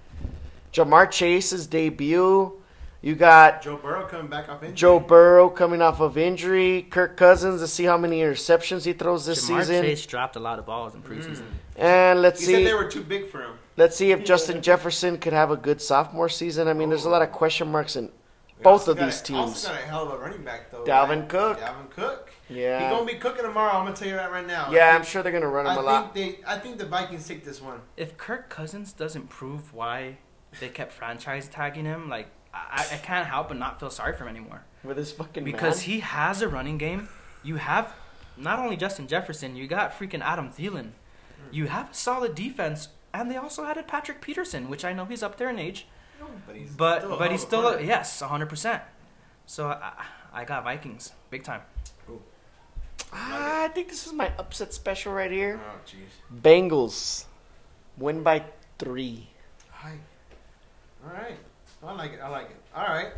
Speaker 3: Jamar Chase's debut. You got
Speaker 1: Joe Burrow coming back off injury.
Speaker 3: Joe Burrow coming off of injury. Kirk Cousins to see how many interceptions he throws this
Speaker 2: Jamar
Speaker 3: season.
Speaker 2: Chase dropped a lot of balls in preseason.
Speaker 3: And let's
Speaker 1: He
Speaker 3: see.
Speaker 1: said they were too big for him.
Speaker 3: Let's see if Justin Jefferson could have a good sophomore season. I mean, there's a lot of question marks in
Speaker 1: We
Speaker 3: both
Speaker 1: also
Speaker 3: of
Speaker 1: got
Speaker 3: these
Speaker 1: a-
Speaker 3: teams.
Speaker 1: Also got a hell of a running back though.
Speaker 3: Dalvin
Speaker 1: right?
Speaker 3: Cook.
Speaker 1: Dalvin Cook. He's
Speaker 3: Yeah.
Speaker 1: gonna be cooking tomorrow. I'm gonna tell you that right now.
Speaker 3: Yeah, I'm sure they're going to run
Speaker 1: I
Speaker 3: him a
Speaker 1: think,
Speaker 3: lot.
Speaker 1: they. I think the Vikings take this one.
Speaker 2: If Kirk Cousins doesn't prove why they kept franchise tagging him, like I, I can't help but not feel sorry for him anymore
Speaker 3: With his fucking
Speaker 2: because
Speaker 3: man.
Speaker 2: he has a running game. You have not only Justin Jefferson, you got freaking Adam Thielen.
Speaker 3: Mm.
Speaker 2: You have a solid defense, and they also added Patrick Peterson, which I know he's up there in age,
Speaker 1: But he's
Speaker 2: but
Speaker 1: still a
Speaker 2: but
Speaker 1: hell
Speaker 2: he's
Speaker 1: of a
Speaker 2: still a,
Speaker 1: quarterback.
Speaker 2: yes, 100. percent So I, I got Vikings big time.
Speaker 3: Ah, I think this is my upset special right here.
Speaker 1: Oh jeez.
Speaker 3: Bengals win by three.
Speaker 1: Hi. All right. I like it. I like it. All right.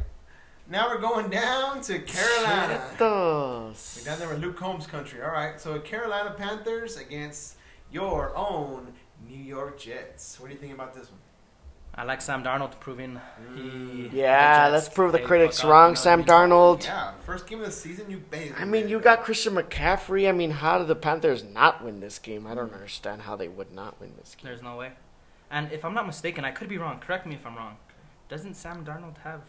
Speaker 1: Now we're going down to Carolina.
Speaker 3: Those.
Speaker 1: We're down there with Luke Combs country. All right. So Carolina Panthers against your own New York Jets. What do you think about this one?
Speaker 2: I like Sam Darnold proving he.
Speaker 3: Yeah,
Speaker 2: the Jets,
Speaker 3: let's prove the
Speaker 2: they
Speaker 3: critics
Speaker 2: fuck up,
Speaker 3: wrong,
Speaker 2: you know,
Speaker 3: Sam
Speaker 2: you know.
Speaker 3: Darnold.
Speaker 1: Yeah, first game of the season, you banged.
Speaker 3: I mean, you got Christian McCaffrey. I mean, how did the Panthers not win this game? I
Speaker 2: Mm.
Speaker 3: don't understand how they would not win this game.
Speaker 2: There's no way. And if I'm not mistaken, I could be wrong. Correct me if I'm wrong. Doesn't Sam Darnold have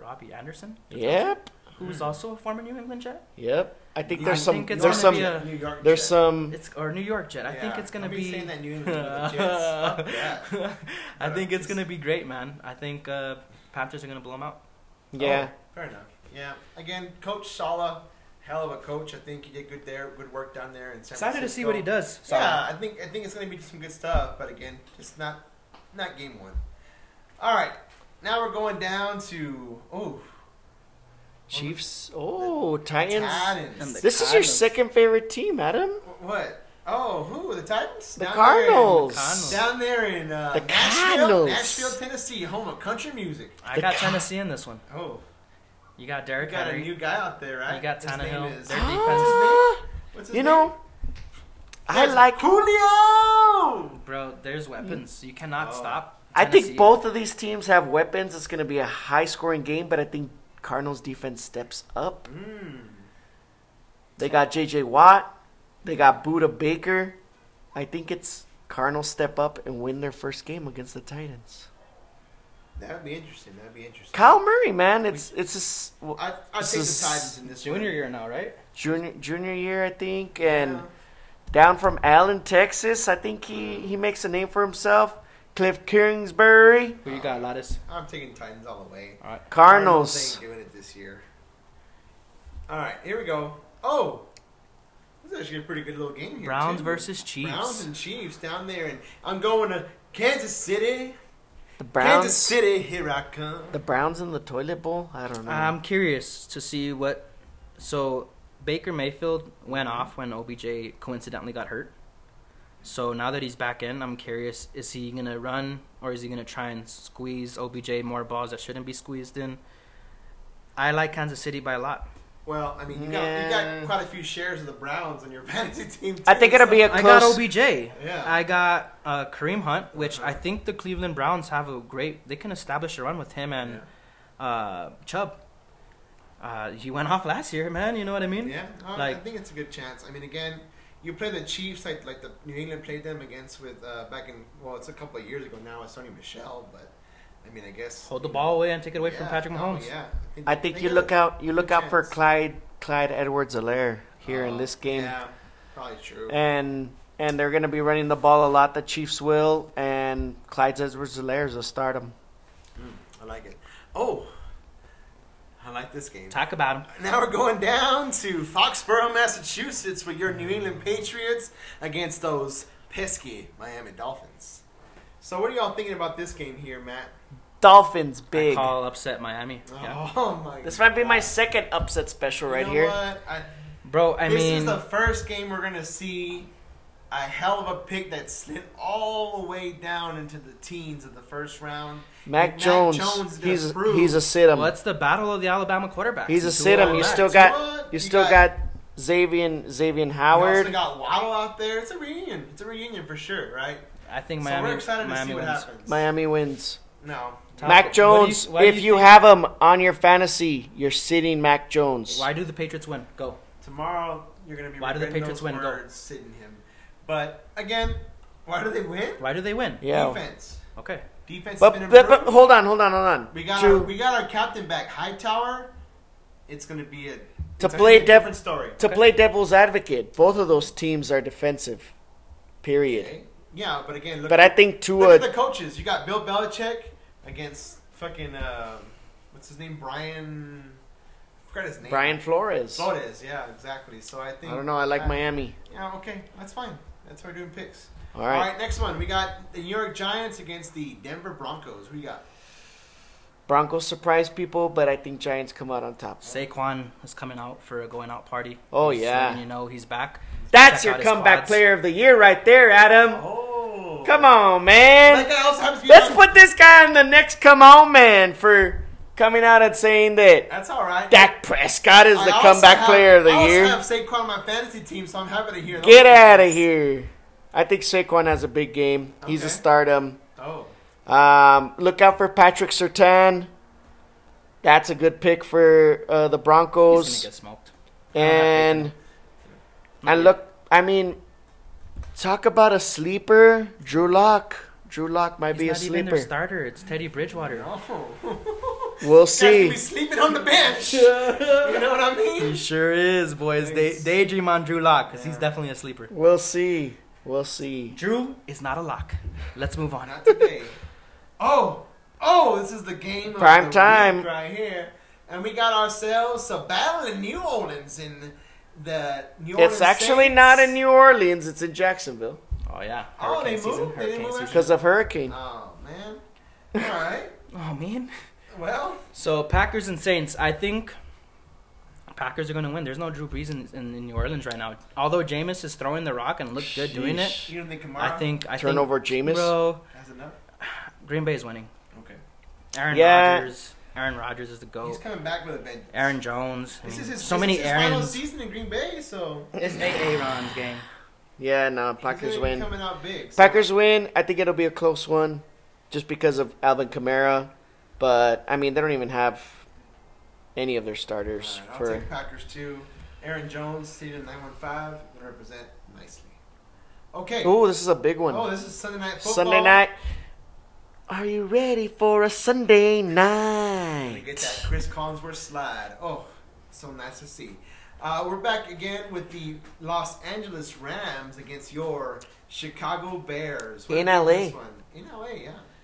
Speaker 2: Robbie Anderson,
Speaker 3: Yep,
Speaker 2: who's
Speaker 1: Hmm.
Speaker 2: also a former New England Jet?
Speaker 3: yep. I think
Speaker 1: I
Speaker 3: there's some.
Speaker 2: think it's
Speaker 3: There's
Speaker 2: gonna
Speaker 3: some.
Speaker 2: be a-
Speaker 1: New York
Speaker 3: There's
Speaker 1: Jets.
Speaker 3: some.
Speaker 2: It's or New York Jet. I think
Speaker 1: Hmm. Yeah,
Speaker 2: it's gonna
Speaker 1: I've been
Speaker 2: be.
Speaker 1: saying that New England Jets. Fuck that.
Speaker 2: I think it's gonna be great, man. I think uh, Panthers are gonna blow them out.
Speaker 3: Yeah.
Speaker 1: Oh, Fair enough. Yeah. Again, Coach Sala, hell of a coach. I think he did good there, good work down there in San
Speaker 2: Excited to
Speaker 1: Francisco.
Speaker 2: see what he does.
Speaker 1: Yeah, I think I think it's gonna be some good stuff, but again, just not not game one. All right, now we're going down to oh
Speaker 3: Chiefs. Oh, Titans.
Speaker 1: Titans.
Speaker 2: And the-
Speaker 3: This is your
Speaker 2: Cardinals.
Speaker 3: second favorite team, Adam.
Speaker 1: what? Oh, who the Titans?
Speaker 3: The
Speaker 1: Down there in-
Speaker 3: Cardinals.
Speaker 2: Cardinals.
Speaker 1: Down there in uh,
Speaker 3: The
Speaker 1: Nashville,
Speaker 3: Cardinals.
Speaker 1: Nashville, Tennessee, home of country music.
Speaker 2: I
Speaker 3: The
Speaker 2: got
Speaker 3: Cal-
Speaker 2: Tennessee in this one.
Speaker 1: Oh,
Speaker 2: You got
Speaker 1: we
Speaker 2: Derrick
Speaker 1: got a
Speaker 2: Henry.
Speaker 1: new guy out there, right?
Speaker 2: You got
Speaker 1: His name
Speaker 2: Tannehill.
Speaker 1: is-
Speaker 2: Their
Speaker 3: Ah,
Speaker 1: What's his
Speaker 3: you
Speaker 1: name?
Speaker 3: know, I
Speaker 1: Yes,
Speaker 3: like.
Speaker 1: Julio.
Speaker 2: Bro, there's weapons. You cannot
Speaker 1: Oh.
Speaker 2: stop.
Speaker 3: I
Speaker 2: Tennessee.
Speaker 3: think both of these teams have weapons. It's going to be a high-scoring game, but I think Cardinals defense steps up.
Speaker 1: Mm.
Speaker 3: They got J.J. Watt. They got Buda Baker. I think it's Cardinals step up and win their first game against the Titans.
Speaker 1: That'd be interesting. That'd be interesting.
Speaker 3: Kyle Murray, man, it's it's his well,
Speaker 1: I I
Speaker 3: This
Speaker 1: take the
Speaker 3: is
Speaker 1: Titans in this
Speaker 2: Junior
Speaker 1: one.
Speaker 2: year now, right?
Speaker 3: junior junior year, I think, and
Speaker 1: Yeah.
Speaker 3: down from Allen, Texas. I think he he makes a name for himself. Cliff Kingsbury,
Speaker 2: Who you got, Lattice?
Speaker 1: I'm taking Titans all the way.
Speaker 3: Cardinals.
Speaker 1: ain't doing it this year. All right, here we go. Oh, this is actually a pretty good little game here.
Speaker 2: Browns
Speaker 1: too.
Speaker 2: versus Chiefs.
Speaker 1: Browns and Chiefs down there, and I'm going to Kansas City.
Speaker 3: The
Speaker 1: Kansas
Speaker 3: Browns.
Speaker 1: City, here I come.
Speaker 3: The Browns in the toilet bowl. I don't know.
Speaker 1: Um,
Speaker 2: I'm curious to see what. So Baker Mayfield went off when OBJ coincidentally got hurt. So now that he's back in, I'm curious: is he gonna run or is he gonna try and squeeze OBJ more balls that shouldn't be squeezed in? I like Kansas City by a lot.
Speaker 1: Well, I mean, you got you
Speaker 3: Yeah.
Speaker 1: got quite a few shares of the Browns on your fantasy team. Too,
Speaker 3: I think it'll
Speaker 1: so-
Speaker 3: be a
Speaker 2: I got
Speaker 3: close.
Speaker 2: OBJ.
Speaker 1: Yeah.
Speaker 2: I got uh, Kareem Hunt, which I think the Cleveland Browns have a great. They can establish a run with him and uh, Chubb. Uh, he went off last year, man. You know what I mean?
Speaker 1: Yeah, uh, I, I
Speaker 2: Like-
Speaker 1: think it's a good chance. I mean, again, you play the Chiefs like like the New England played them against with uh, back in well, it's a couple of years ago now. It's Sony Michelle, but I mean, I guess
Speaker 2: Hold the
Speaker 1: you know,
Speaker 2: ball away and take it away from
Speaker 1: yeah,
Speaker 2: Patrick
Speaker 1: no,
Speaker 2: Mahomes.
Speaker 1: yeah,
Speaker 3: I think
Speaker 1: they
Speaker 3: you
Speaker 1: got
Speaker 3: look
Speaker 1: a
Speaker 3: out. You look
Speaker 1: good
Speaker 3: out for
Speaker 1: chance.
Speaker 3: Clyde Clyde Edwards-Helaire here in
Speaker 1: Uh,
Speaker 3: this game.
Speaker 1: Yeah, probably true.
Speaker 3: and and they're going to be running the ball a lot. The Chiefs will, and Clyde Edwards-Helaire will start him.
Speaker 1: I like it. Oh, I like this game.
Speaker 2: Talk about him.
Speaker 1: Now we're going down to Foxborough, Massachusetts, with your New England Patriots against those pesky Miami Dolphins. So, what are y'all thinking about this game here, Matt?
Speaker 3: Dolphins
Speaker 2: I
Speaker 3: big.
Speaker 2: call upset Miami. Yeah.
Speaker 1: Oh my!
Speaker 3: This might be my second upset special
Speaker 1: You
Speaker 3: right
Speaker 1: know
Speaker 3: here.
Speaker 1: what? I,
Speaker 2: Bro, I
Speaker 1: this is
Speaker 2: mean,
Speaker 1: the first game we're gonna see a hell of a pick that slid all the way down into the teens of the first round.
Speaker 3: Mac,
Speaker 1: And
Speaker 3: Jones,
Speaker 1: Jones just
Speaker 3: he's
Speaker 1: proved-
Speaker 3: he's a sit
Speaker 2: well, it's the battle of the Alabama quarterbacks.
Speaker 3: He's a
Speaker 2: It's
Speaker 3: sit
Speaker 2: all
Speaker 3: You
Speaker 2: that.
Speaker 3: still
Speaker 1: Mac.
Speaker 3: got
Speaker 1: What?
Speaker 3: you
Speaker 1: You
Speaker 3: still got
Speaker 1: got-
Speaker 3: Xavier Xavier
Speaker 1: We also
Speaker 3: Howard.
Speaker 1: got Waddle out there. It's a reunion. It's a reunion for sure, right?
Speaker 2: I think
Speaker 1: so
Speaker 2: Miami.
Speaker 1: we're excited
Speaker 2: Miami
Speaker 1: to see what
Speaker 2: wins.
Speaker 1: happens.
Speaker 3: Miami wins.
Speaker 1: No,
Speaker 2: Top- What do
Speaker 3: Mac
Speaker 2: you-
Speaker 3: Jones.
Speaker 2: why do
Speaker 3: if you,
Speaker 2: think-
Speaker 3: have him on your fantasy, you're sitting Mac Jones.
Speaker 2: Why do the Patriots win? Go.
Speaker 1: tomorrow you're gonna be.
Speaker 2: Why do the
Speaker 1: regretting
Speaker 2: Patriots
Speaker 1: those
Speaker 2: win? Go.
Speaker 1: Words sitting him, but again, why do they win?
Speaker 2: Why do they win?
Speaker 3: Yeah.
Speaker 1: Defense.
Speaker 2: Okay.
Speaker 1: Defense. has been
Speaker 3: But, but, but
Speaker 1: improved.
Speaker 3: hold on, hold on, hold on.
Speaker 1: We got our,
Speaker 3: Drew,
Speaker 1: we got our captain back, Hightower. It's gonna be a
Speaker 3: To
Speaker 1: it's gonna
Speaker 3: play
Speaker 1: be a
Speaker 3: def-
Speaker 1: different story.
Speaker 3: to
Speaker 2: Okay.
Speaker 3: play devil's advocate, both of those teams are defensive. Period.
Speaker 1: Okay? Yeah, but again, look,
Speaker 3: But I think
Speaker 1: look
Speaker 3: Tua.
Speaker 1: at the coaches. You got Bill Belichick against fucking um what's his name, Brian. I forgot his name.
Speaker 3: Brian Flores. I
Speaker 1: Flores. Yeah, exactly. So I think
Speaker 3: don't know. I like
Speaker 1: uh,
Speaker 3: Miami.
Speaker 1: Yeah, okay, that's fine. That's why we're doing picks.
Speaker 3: All
Speaker 1: All right.
Speaker 3: right,
Speaker 1: next one. We got the New York Giants against the Denver Broncos. Who you got?
Speaker 3: Broncos surprise people, but I think Giants come out on top.
Speaker 2: Saquon is coming out for a going out party.
Speaker 3: Oh,
Speaker 2: He's
Speaker 3: yeah.
Speaker 2: letting You know he's back.
Speaker 3: That's
Speaker 2: Check
Speaker 3: your
Speaker 2: out his
Speaker 3: comeback
Speaker 2: quads.
Speaker 3: player of the year right there, Adam.
Speaker 1: Oh,
Speaker 3: Come on, man.
Speaker 1: That guy also happens to be
Speaker 3: Let's
Speaker 1: on-
Speaker 3: put this guy on the next come on man for coming out and saying that
Speaker 1: That's all right.
Speaker 3: Dak Prescott is
Speaker 1: I
Speaker 3: the
Speaker 1: also
Speaker 3: comeback
Speaker 1: have-
Speaker 3: player of the
Speaker 1: I also
Speaker 3: year.
Speaker 1: have Saquon on my fantasy team, so I'm happy to hear that.
Speaker 3: Get out of here. I think Saquon has a big game. He's a
Speaker 1: Okay.
Speaker 3: stardom.
Speaker 1: Oh,
Speaker 3: Um, look out for Patrick Sertan. That's a good pick for uh, the
Speaker 2: He's gonna
Speaker 3: Broncos.
Speaker 2: get smoked.
Speaker 3: And and look, I mean, talk about a sleeper. Drew Lock. Drew Lock might
Speaker 2: He's
Speaker 3: be a
Speaker 2: not even their
Speaker 3: sleeper.
Speaker 2: starter. It's Teddy Bridgewater.
Speaker 1: oh.
Speaker 3: We'll
Speaker 1: See,
Speaker 3: see.
Speaker 1: be sleeping on the bench. you know what I
Speaker 2: He
Speaker 1: mean?
Speaker 2: sure is, boys. Day-
Speaker 1: Nice.
Speaker 2: daydream on Drew Lock because he's definitely a sleeper.
Speaker 3: We'll see. We'll see.
Speaker 2: Drew is not a lock. Let's move on.
Speaker 1: Not today. Oh, oh, this is the game of
Speaker 3: Prime
Speaker 1: the
Speaker 3: time.
Speaker 1: week right here, and we got ourselves a battle in New Orleans in the New Orleans.
Speaker 3: It's actually
Speaker 1: Saints.
Speaker 3: not in New Orleans. It's in Jacksonville
Speaker 2: Oh yeah.
Speaker 1: Oh, they
Speaker 2: Hurricane
Speaker 1: moved?
Speaker 2: season.
Speaker 1: They didn't
Speaker 2: Hurricane
Speaker 1: move
Speaker 2: season.
Speaker 3: because of hurricane.
Speaker 1: Oh man. All right.
Speaker 2: Oh man.
Speaker 1: Well,
Speaker 2: So Packers and Saints, I think Packers are going to win. There's no Drew Brees in, in, in New Orleans right now. Although Jameis is throwing the rock and looked good doing it,
Speaker 1: you don't think Kamara
Speaker 2: I think I
Speaker 3: Turnover,
Speaker 2: think
Speaker 3: Jameis.
Speaker 2: bro,
Speaker 1: has enough?
Speaker 2: Green Bay's winning.
Speaker 1: Okay.
Speaker 2: Aaron
Speaker 3: Yeah.
Speaker 2: Rodgers, Aaron Rodgers is the
Speaker 1: He's
Speaker 2: goat.
Speaker 1: coming back with a vengeance.
Speaker 2: Aaron Jones. I
Speaker 1: This
Speaker 2: mean,
Speaker 1: is his,
Speaker 2: so
Speaker 1: this
Speaker 2: many
Speaker 1: is his final
Speaker 2: Aaron's.
Speaker 1: season in Green Bay, so
Speaker 2: It's A Aaron's game.
Speaker 3: Yeah, no,
Speaker 1: he's
Speaker 3: Packers
Speaker 1: gonna be
Speaker 3: win.
Speaker 1: Coming out big. so-
Speaker 3: Packers win. I think it'll be a close one, just because of Alvin Kamara. But I mean, they don't even have any of their
Speaker 1: All
Speaker 3: starters
Speaker 1: right, I'll
Speaker 3: for.
Speaker 1: take Packers too. Aaron Jones, seated in 915, would represent nicely. Okay.
Speaker 3: Ooh, this is a big one.
Speaker 1: Oh, this is Sunday night football.
Speaker 3: Sunday night. Are you ready for a Sunday
Speaker 1: Gonna
Speaker 3: night?
Speaker 1: Get that Chris Collinsworth slide. Oh, so nice to see. Uh, we're back again with the Los Angeles Rams against your Chicago Bears. What
Speaker 3: In
Speaker 1: do you think
Speaker 3: LA.
Speaker 1: of this one? In LA, yeah.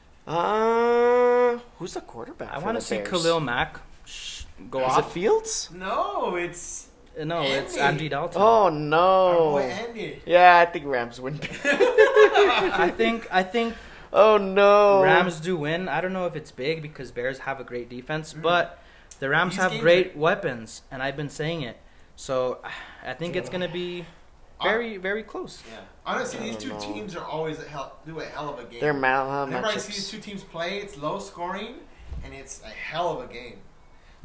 Speaker 3: Uh, who's the quarterback?
Speaker 2: I
Speaker 3: for
Speaker 2: want to
Speaker 3: the
Speaker 2: see
Speaker 3: Bears?
Speaker 2: Khalil Mack sh- go
Speaker 3: Is it
Speaker 2: off.
Speaker 3: Fields?
Speaker 1: No, it's
Speaker 2: no, it's
Speaker 1: Andy.
Speaker 2: Andy Dalton.
Speaker 3: Oh
Speaker 1: our
Speaker 3: no!
Speaker 1: boy Andy.
Speaker 3: Yeah, I think Rams win.
Speaker 2: I think I think
Speaker 3: oh no!
Speaker 2: Rams do win. I don't know if it's big because Bears have a great defense, but the Rams
Speaker 1: Mm. These
Speaker 2: have
Speaker 1: games
Speaker 2: great weapons, and I've been saying it. So I think it's gonna be very very close.
Speaker 1: Yeah. Honestly,
Speaker 3: I
Speaker 1: these
Speaker 3: don't
Speaker 1: two
Speaker 3: know.
Speaker 1: teams are always a hell, do a hell of a game.
Speaker 3: They're uh, Malham
Speaker 1: Whenever I see these
Speaker 3: matchups.
Speaker 1: two teams play, it's low scoring, and it's a hell of a game.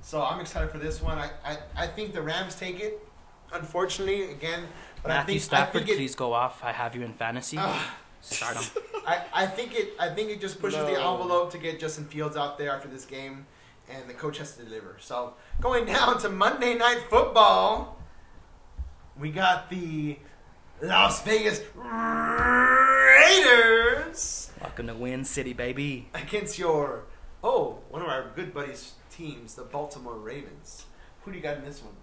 Speaker 1: So I'm excited for this one. I, I, I think the Rams take it, unfortunately, again. But I
Speaker 2: Matthew
Speaker 1: think,
Speaker 2: Stafford,
Speaker 1: I think it,
Speaker 2: please go off. I have you in fantasy.
Speaker 1: Ah.
Speaker 2: Start him.
Speaker 1: I, I think it I think it just pushes the
Speaker 3: No.
Speaker 1: envelope to get Justin Fields out there after this game, and the coach has to deliver. So going down to Monday Night Football, we got the Las Vegas Raiders
Speaker 2: Welcome to Win City, baby.
Speaker 1: against your oh one of our good buddies teams, the Baltimore Ravens. Who do you got in this one?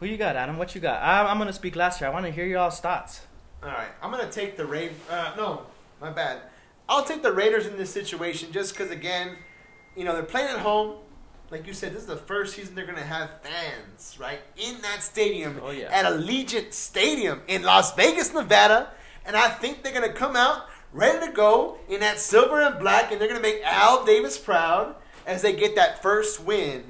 Speaker 2: Who you got, Adam? What you got? I, I'm gonna speak last year. I want to hear y'all's thoughts.
Speaker 1: All right, I'm gonna take the Raven. Uh, no, my bad. I'll take the Raiders in this situation just because, again, you know they're playing at home. Like you said, this is the first season they're gonna have fans right in that stadium
Speaker 2: Oh, yeah.
Speaker 1: at Allegiant Stadium in Las Vegas, Nevada, and I think they're gonna come out ready to go in that silver and black, and they're gonna make Al Davis proud as they get that first win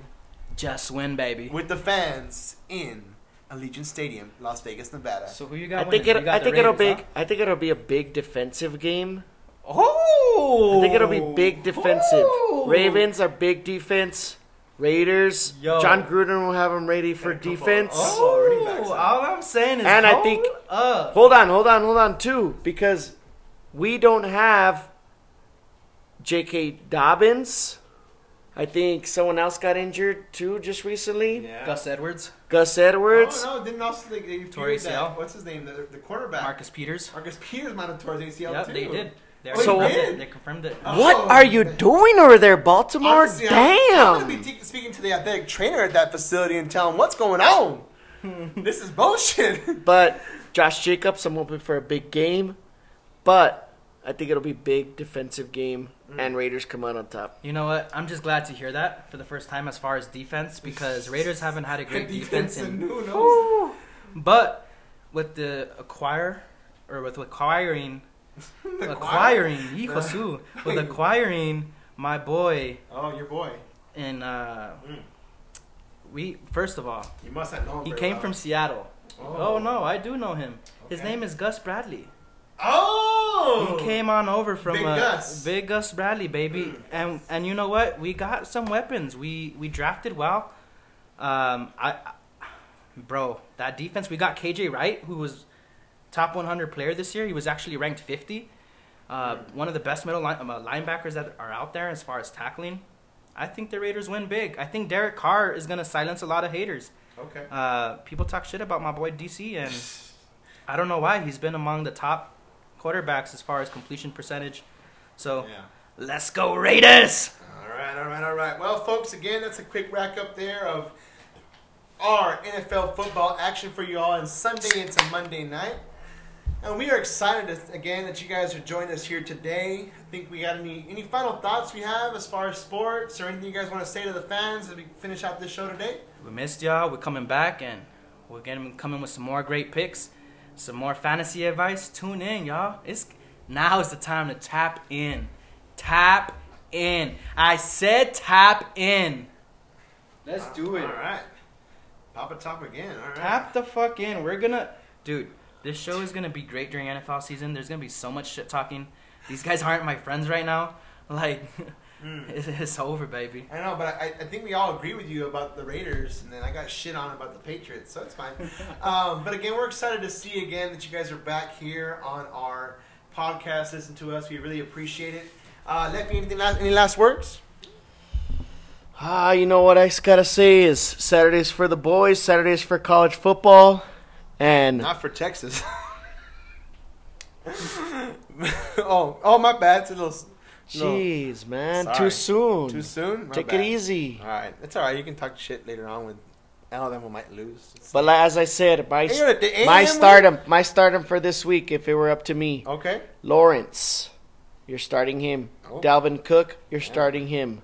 Speaker 2: Just win, baby.
Speaker 1: with the fans in Allegiant Stadium, Las Vegas, Nevada.
Speaker 2: So who you got?
Speaker 3: I think
Speaker 2: winning?
Speaker 3: it.
Speaker 2: You got
Speaker 3: I
Speaker 2: the
Speaker 3: think it'll be.
Speaker 2: Raiders,
Speaker 3: I think it'll be a big defensive game.
Speaker 2: huh? Oh,
Speaker 3: I think it'll be big defensive.
Speaker 2: Ooh.
Speaker 3: Ravens are big defense. Raiders.
Speaker 2: Yo.
Speaker 3: John Gruden will have them ready for
Speaker 1: Technical
Speaker 3: defense.
Speaker 1: ball.
Speaker 2: Oh,
Speaker 1: Already backs up.
Speaker 2: all I'm saying is,
Speaker 3: And I
Speaker 2: hold
Speaker 3: think-
Speaker 2: up.
Speaker 3: Hold on, hold on, hold on too, because we don't have J.K. Dobbins. I think someone else got injured too just recently.
Speaker 1: yeah.
Speaker 2: Gus Edwards,
Speaker 3: Gus Edwards.
Speaker 1: Oh no! Didn't also they, they
Speaker 2: Torrey
Speaker 1: figured that-
Speaker 2: Sale.
Speaker 1: What's his name? The, the quarterback.
Speaker 2: Marcus Peters.
Speaker 1: Marcus Peters mounted towards ACL
Speaker 2: Yep,
Speaker 1: too.
Speaker 2: they did. They,
Speaker 1: Oh,
Speaker 3: So-
Speaker 2: confirmed
Speaker 1: they
Speaker 2: it.
Speaker 1: did?
Speaker 2: they confirmed it.
Speaker 1: Oh.
Speaker 3: What are you doing over there, Baltimore?
Speaker 1: Honestly,
Speaker 3: Oh, Damn.
Speaker 1: I'm, I'm gonna be te- speaking to the athletic trainer at that facility and tell him what's going on. this is bullshit.
Speaker 3: But Josh Jacobs, I'm hoping for a big game. But I think it'll be big defensive game
Speaker 1: Mm.
Speaker 3: and Raiders come out on top.
Speaker 2: You know what? I'm just glad to hear that for the first time as far as defense because Raiders haven't had a great defense.
Speaker 1: and
Speaker 2: In,
Speaker 1: who knows?
Speaker 2: but with the acquire or with acquiring,
Speaker 1: The choir.
Speaker 2: acquiring, hijo
Speaker 1: Uh.
Speaker 2: su, with acquiring my boy
Speaker 1: Oh, your boy.
Speaker 2: in uh,
Speaker 1: Mm.
Speaker 2: we first of all
Speaker 1: You must have known.
Speaker 2: he
Speaker 1: very
Speaker 2: came
Speaker 1: well.
Speaker 2: from Seattle. Oh, no, I do know him. His
Speaker 1: Okay.
Speaker 2: name is Gus Bradley.
Speaker 1: Oh.
Speaker 2: He came on over from
Speaker 1: Big
Speaker 2: uh,
Speaker 1: Gus. Hmm.
Speaker 2: Big Gus Bradley, baby. And and you know what? We got some weapons. We we drafted well. Um, I, I- bro, that defense. We got KJ Wright, who was top 100 player this year. He was actually ranked 50. Uh,
Speaker 1: Hmm.
Speaker 2: One of the best middle line, um, uh, linebackers that are out there as far as tackling. I think the Raiders win big. I think Derek Carr is gonna silence a lot of haters.
Speaker 1: Okay.
Speaker 2: Uh, people talk shit about my boy DC, and I don't know why. He's been among the top quarterbacks as far as completion percentage. So
Speaker 1: Yeah.
Speaker 2: let's go Raiders!
Speaker 1: All right, all right, all right. Well, folks, again, that's a quick rack up there of our NFL football action for you all on Sunday into Monday night. And we are excited as- again that you guys are joining us here today. I think we got any any final thoughts we have as far as sports or anything you guys want to say to the fans as we finish out this show today.
Speaker 2: We missed y'all. We're coming back, and we're gonna be coming with some more great picks, some more fantasy advice. Tune in, y'all. It's now is the time to tap in, tap in. I said tap in. Let's do
Speaker 1: All right, pop a top again. All right.
Speaker 2: Tap the fuck in. We're gonna, dude. This show is gonna be great during NFL season. There's gonna be so much shit talking. These guys aren't my friends right now. Like, it's, it's over, baby.
Speaker 1: I know, but I, I think we all agree with you about the Raiders, and then I got shit on about the Patriots, so it's fine. um, but again, we're excited to see again that you guys are back here on our podcast. Listen to us; we really appreciate it. Uh, let me anything last, any last words?
Speaker 3: Ah, you know what I s- gotta say is Saturdays for the boys, Saturdays for college football, and
Speaker 1: Not for Texas. oh, oh, my bad. It's a little s-
Speaker 3: Jeez, man,
Speaker 1: Sorry.
Speaker 3: too soon.
Speaker 1: too soon. My
Speaker 3: Take
Speaker 1: bad.
Speaker 3: it easy.
Speaker 1: All right, it's all right. You can talk shit later on when Alabama might lose. It's-
Speaker 3: But like, as I said, my,
Speaker 1: Hey, you're at the
Speaker 3: my
Speaker 1: AM,
Speaker 3: stardom, my stardom for this week, if it were up to me,
Speaker 1: Okay.
Speaker 3: Lawrence, you're starting him.
Speaker 1: Oh.
Speaker 3: Dalvin Cook, you're starting him.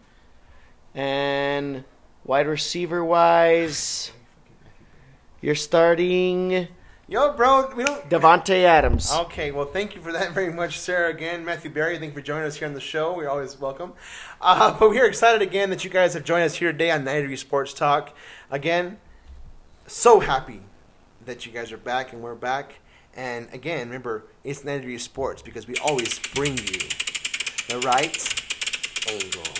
Speaker 3: And wide receiver wise, you're starting
Speaker 1: Yo, bro, we don't.
Speaker 3: Devonte Adams.
Speaker 1: Okay, well, thank you for that very much, Sarah. Again, Matthew Barry, thank you for joining us here on the show. We're always welcome. Uh, but we are excited again that you guys have joined us here today on 90 Degree Sports Talk. Again, so happy that you guys are back and we're back. And again, remember, it's 90 Degree Sports because we always bring you the right angle.